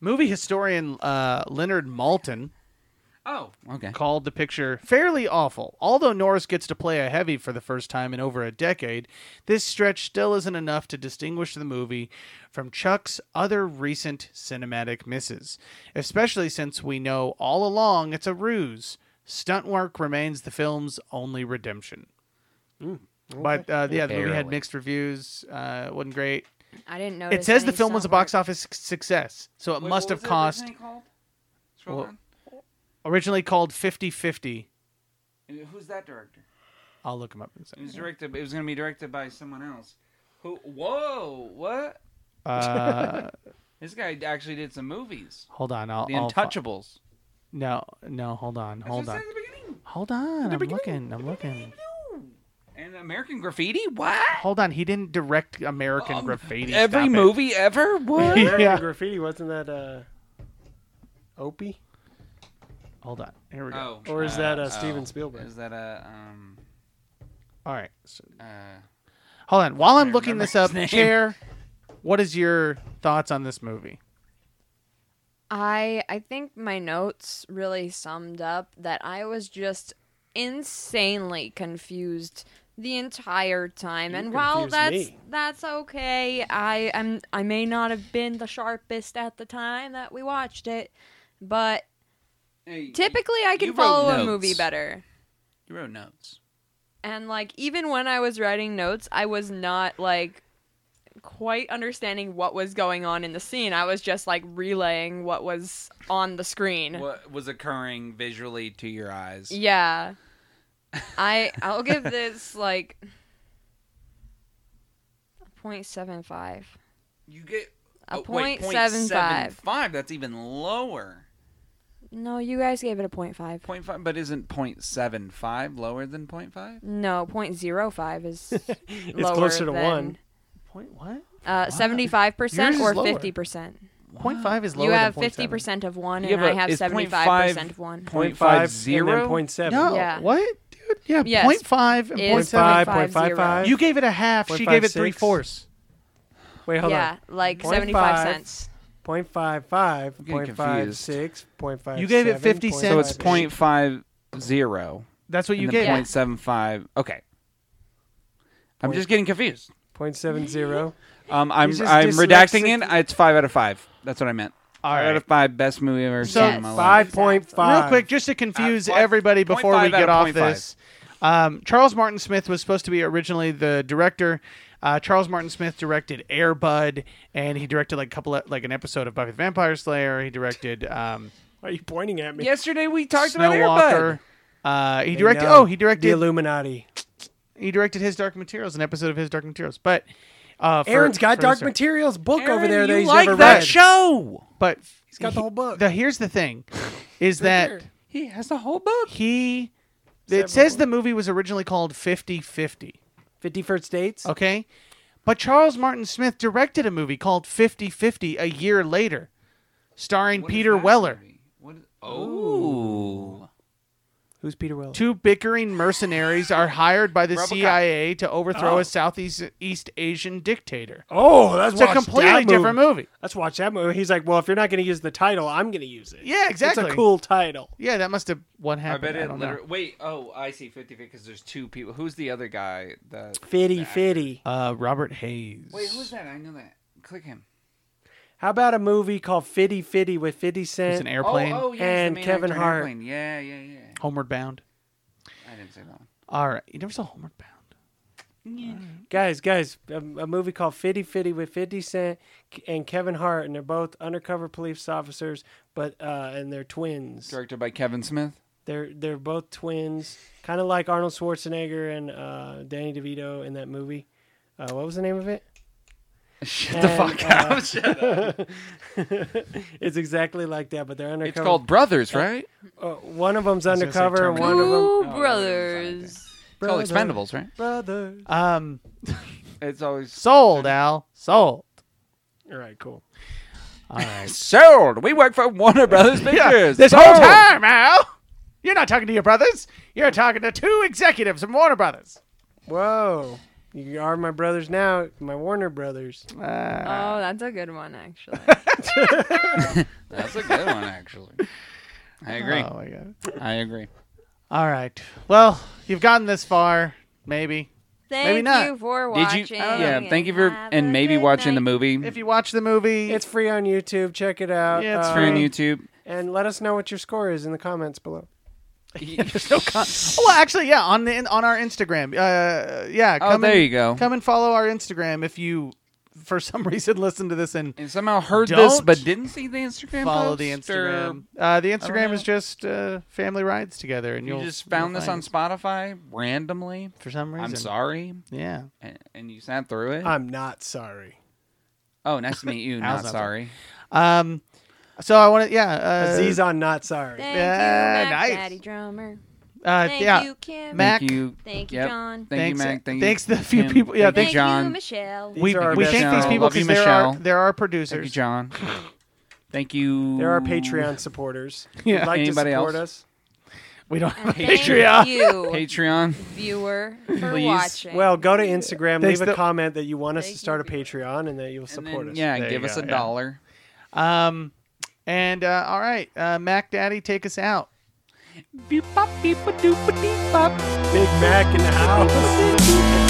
A: movie historian uh, Leonard Malton
C: Oh, okay.
A: called the picture fairly awful. Although Norris gets to play a heavy for the first time in over a decade, this stretch still isn't enough to distinguish the movie from Chuck's other recent cinematic misses, especially since we know all along it's a ruse. Stunt work remains the film's only redemption. But uh, yeah, the movie had
C: Barely.
A: mixed reviews. Uh, it wasn't great.
D: I didn't notice.
A: It says the
D: Oh, any
A: film was a
D: stunt
A: box
D: work.
A: office success, so it must have cost Well-
C: Well,
A: originally called 50-50.
C: who's that director?
A: I'll look him up in a
C: It was
A: second.
C: directed. It was going to be directed by someone else. Who? Whoa! What?
A: Uh,
C: This guy actually did some movies.
A: hold on, I'll.
C: The
A: I'll fi-
C: Untouchables.
A: no, no, hold on, hold on, hold on. I'm looking, I'm looking.
C: And American Graffiti? What? Um,
A: Hold on, he didn't direct American Graffiti.
C: Every
A: stop it.
C: movie ever? What?
B: American
A: Yeah.
B: Graffiti wasn't that uh, Opie
A: Hold on, here we go.
C: oh,
B: or is
C: uh,
B: that uh,
C: oh.
B: Steven Spielberg?
C: Is that a um?
A: All right, so-
C: Uh,
A: hold on. While I'm
C: Can't
A: looking
C: remember
A: this up,
C: his name.
A: chair. What is your thoughts on this movie?
D: I I think my notes really summed up that I was just insanely confused the entire time.
B: You
D: and while
B: confused
D: that's
B: me.
D: that's okay, I am I may not have been the sharpest at the time that we watched it, but
C: hey,
D: typically I
C: You
D: can
C: wrote
D: follow a
C: notes.
D: movie better.
C: you wrote notes.
D: And like even when I was writing notes, I was not like quite understanding what was going on in the scene. I was just like relaying what was on the screen.
C: What was occurring visually to your eyes?
D: Yeah. I I'll give this like 0.75.
C: You get oh,
D: A
C: wait,
D: point seven five.
C: 0.75, That's even lower.
D: No, you guys gave it a 0.5.
C: Point five, but isn't point seven five lower than point five?
D: No, 0.05 is lower
B: closer to
D: than,
B: one.
A: Point what?
D: Uh, 75%
A: Yours is
D: or
A: lower.
D: 50%.
A: Point five is lower.
D: You have
A: than point
D: 50%
A: seven.
D: of one
C: Yeah,
D: and I
C: but
D: have
C: it's
D: 75%
C: 0.5
D: of one.
C: Point
B: Point five
C: five zero?
B: and then point seven.
A: No,
D: Yeah.
A: what, dude? it? Yeah,
D: Yes.
A: point five and
D: Is
A: point
D: point
A: seven.
B: five,
D: five,
B: point five
D: five,
B: five.
D: zero.
A: You gave it a half. she gave it
B: 0.56.
A: three fourths.
B: Wait, hold
D: yeah,
B: on.
D: like
B: Point
D: 75
B: five.
D: cents.
B: Point five five,
C: getting
B: point five
C: confused.
B: six, point five.
A: You gave it
B: seven,
A: 50
B: point
A: cents.
C: So it's
B: five
C: point
B: eight.
C: five zero.
A: That's what you
C: and
A: gave.
C: then
A: it.
C: point seven five. Okay. I'm
B: Point-
C: just getting confused.
B: Point seven zero.
C: Um, I'm
B: He's just
C: I'm redacting
B: dyslexic.
C: it. It's five out of five. That's what I meant.
A: All
C: five
A: right.
C: out of five best movie I've ever
A: So
C: seen in my life.
B: Five point five.
A: Real quick, just to confuse
C: Uh, point-
A: everybody
C: point
A: before we
C: five out
A: get
C: of
A: off
C: point five.
A: this, um, Charles Martin Smith was supposed to be originally the director. Uh, Charles Martin Smith directed Airbud, and he directed like a couple of, like an episode of Buffy the Vampire Slayer. He directed um,
B: Why are you pointing at me?
C: Yesterday we talked
A: Snow
C: about Air Bud.
A: Walker. Uh, he
B: They
A: directed.
B: know.
A: Oh, he directed.
B: the Illuminati.
A: he directed his Dark Materials, an episode of his Dark Materials. But uh, for,
B: Aaron's got
A: for
B: Dark
A: this-
B: Materials book over
C: Aaron,
B: there that
C: you
B: he's
C: like
B: never
C: that
B: read.
C: show.
A: But
B: He's got the whole book.
A: the, here's the thing, is that
C: He has the whole book.
A: he. It says the movie was originally called 50 50.
B: Fifty First Dates.
A: Okay. But Charles Martin Smith directed a movie called 50 50 a year later, starring Peter Weller.
C: oh.
B: Who's Peter Weller?
A: Two bickering mercenaries are hired by the
C: Robocop.
A: CIA to
C: Oh.
A: overthrow a Southeast East Asian dictator.
B: Oh, that's
A: It's a completely different movie.
B: Let's watch that movie. He's like, well, if you're not going to use the title, I'm going to use it.
A: Yeah, exactly.
B: It's a cool title.
A: Yeah, that must have what happened. I, don't know.
C: Wait, oh, I see 50 because there's two people. Who's the other guy? That,
B: Fitty, fitty.
A: Uh, Robert Hayes.
C: wait, who's that? I know that. Click him.
B: How about a movie called Fitty, Fitty with 50 Cent?
A: It's an airplane.
C: Oh, oh yeah,
B: And
C: he's the main
B: Kevin
C: actor in
B: Hart.
C: Airplane. Yeah, yeah, yeah.
A: Homeward Bound.
C: I didn't say that one.
A: All right. You never saw Homeward Bound.
B: Guys, guys, a, a movie called Fitty, Fitty with 50 Cent and Kevin Hart, and they're both undercover police officers, but uh, and they're twins.
C: Directed by Kevin Smith.
B: They're they're both twins, kind of like Arnold Schwarzenegger and uh, Danny DeVito in that movie. Uh, what was the name of it?
C: Shut
B: And,
C: the fuck
B: uh,
C: up. Shut up.
B: It's exactly like that, but they're undercover.
C: It's called Brothers, right?
B: Uh, one of them's
A: gonna say
B: undercover.
A: Terminator.
B: One of them.
D: Ooh,
C: no,
D: brothers.
C: It's all Expendables, right?
B: Brothers.
A: Um,
C: It's always
A: sold, Al. Sold.
B: All right, cool.
A: All right.
C: sold. We work for Warner Brothers Pictures.
A: Yeah, this whole time, Al. You're not talking to your brothers. You're talking to two executives from Warner Brothers.
B: Whoa. You are my brothers now, my Warner brothers.
A: Uh,
D: Oh, that's a good one, actually.
C: That's a good one, actually. I agree.
A: Oh my god.
C: I agree.
A: All right. Well, you've gotten this far, maybe.
D: Thank
A: not.
D: you for
C: Did
D: watching.
C: you? Yeah.
D: and
C: Thank you for
D: have a
C: and maybe
D: good
C: watching the
D: night.
C: movie.
A: If you watch the movie,
B: It's free on YouTube. Check it out.
A: Yeah, it's
C: It's free on
B: Um,
C: YouTube.
B: And let us know what your score is in the comments below.
A: there's no con- Well, actually, yeah, on the on our Instagram. Uh, yeah.
C: Oh,
A: Come and-
C: there you go.
A: Come and follow our Instagram if you, for some reason, listen to this and
C: and somehow heard this
A: Don't
C: but didn't see the Instagram.
A: follow
C: post,
A: the
C: or
A: Instagram. Uh, the Instagram
C: know.
A: is just uh, family rides together, and
C: You
A: will
C: just found this on Spotify randomly.
A: for some reason.
C: I'm sorry,
A: Yeah.
C: and, and you sat through it.
B: I'm not sorry.
C: oh, nice to meet you.
A: Al's
C: Not
A: not
C: sorry.
A: Um, so I want to, yeah, uh,
B: Aziz on not sorry.
D: Thank
A: Yeah,
D: you, Mac
A: nice.
D: Daddy Drummer.
A: uh,
D: Thank
A: yeah,
D: you, Kim.
A: Mac-
C: Thank you.
D: Thank you,
C: Yep.
D: John.
C: Thank
A: Thanks-
C: you, Mac. Thank
A: thanks
C: you,
A: the few
C: Kim.
A: people- yeah,
C: Thank
D: Thank
C: you, John.
D: you, Michelle.
B: These
A: we,
B: are our
A: we
B: best
A: thank these
B: friends.
A: people
C: Love you,
A: because they're our,
C: Michelle.
A: they're our
C: Thank you,
A: producers.
C: John. Thank you.
B: There are Patreon supporters.
A: Yeah.
B: You'd like
C: Anybody
B: to support
C: else?
A: we don't have a
D: And thank
A: Patreon.
D: you,
C: Patreon.
D: viewer, for
C: Please.
D: watching.
B: us. Well, go to Instagram,
A: Thanks
B: leave a
A: the-
B: comment that you want us to
D: Thank
B: start a
D: you,
B: Patreon, and that you'll
C: And
B: support
C: then,
B: us.
C: Yeah,
A: There
C: give
A: you
C: us
A: go,
C: a
A: yeah.
C: dollar.
A: Um, and uh, all right, uh, Mac Daddy, take us out.
B: Big Mac in the house.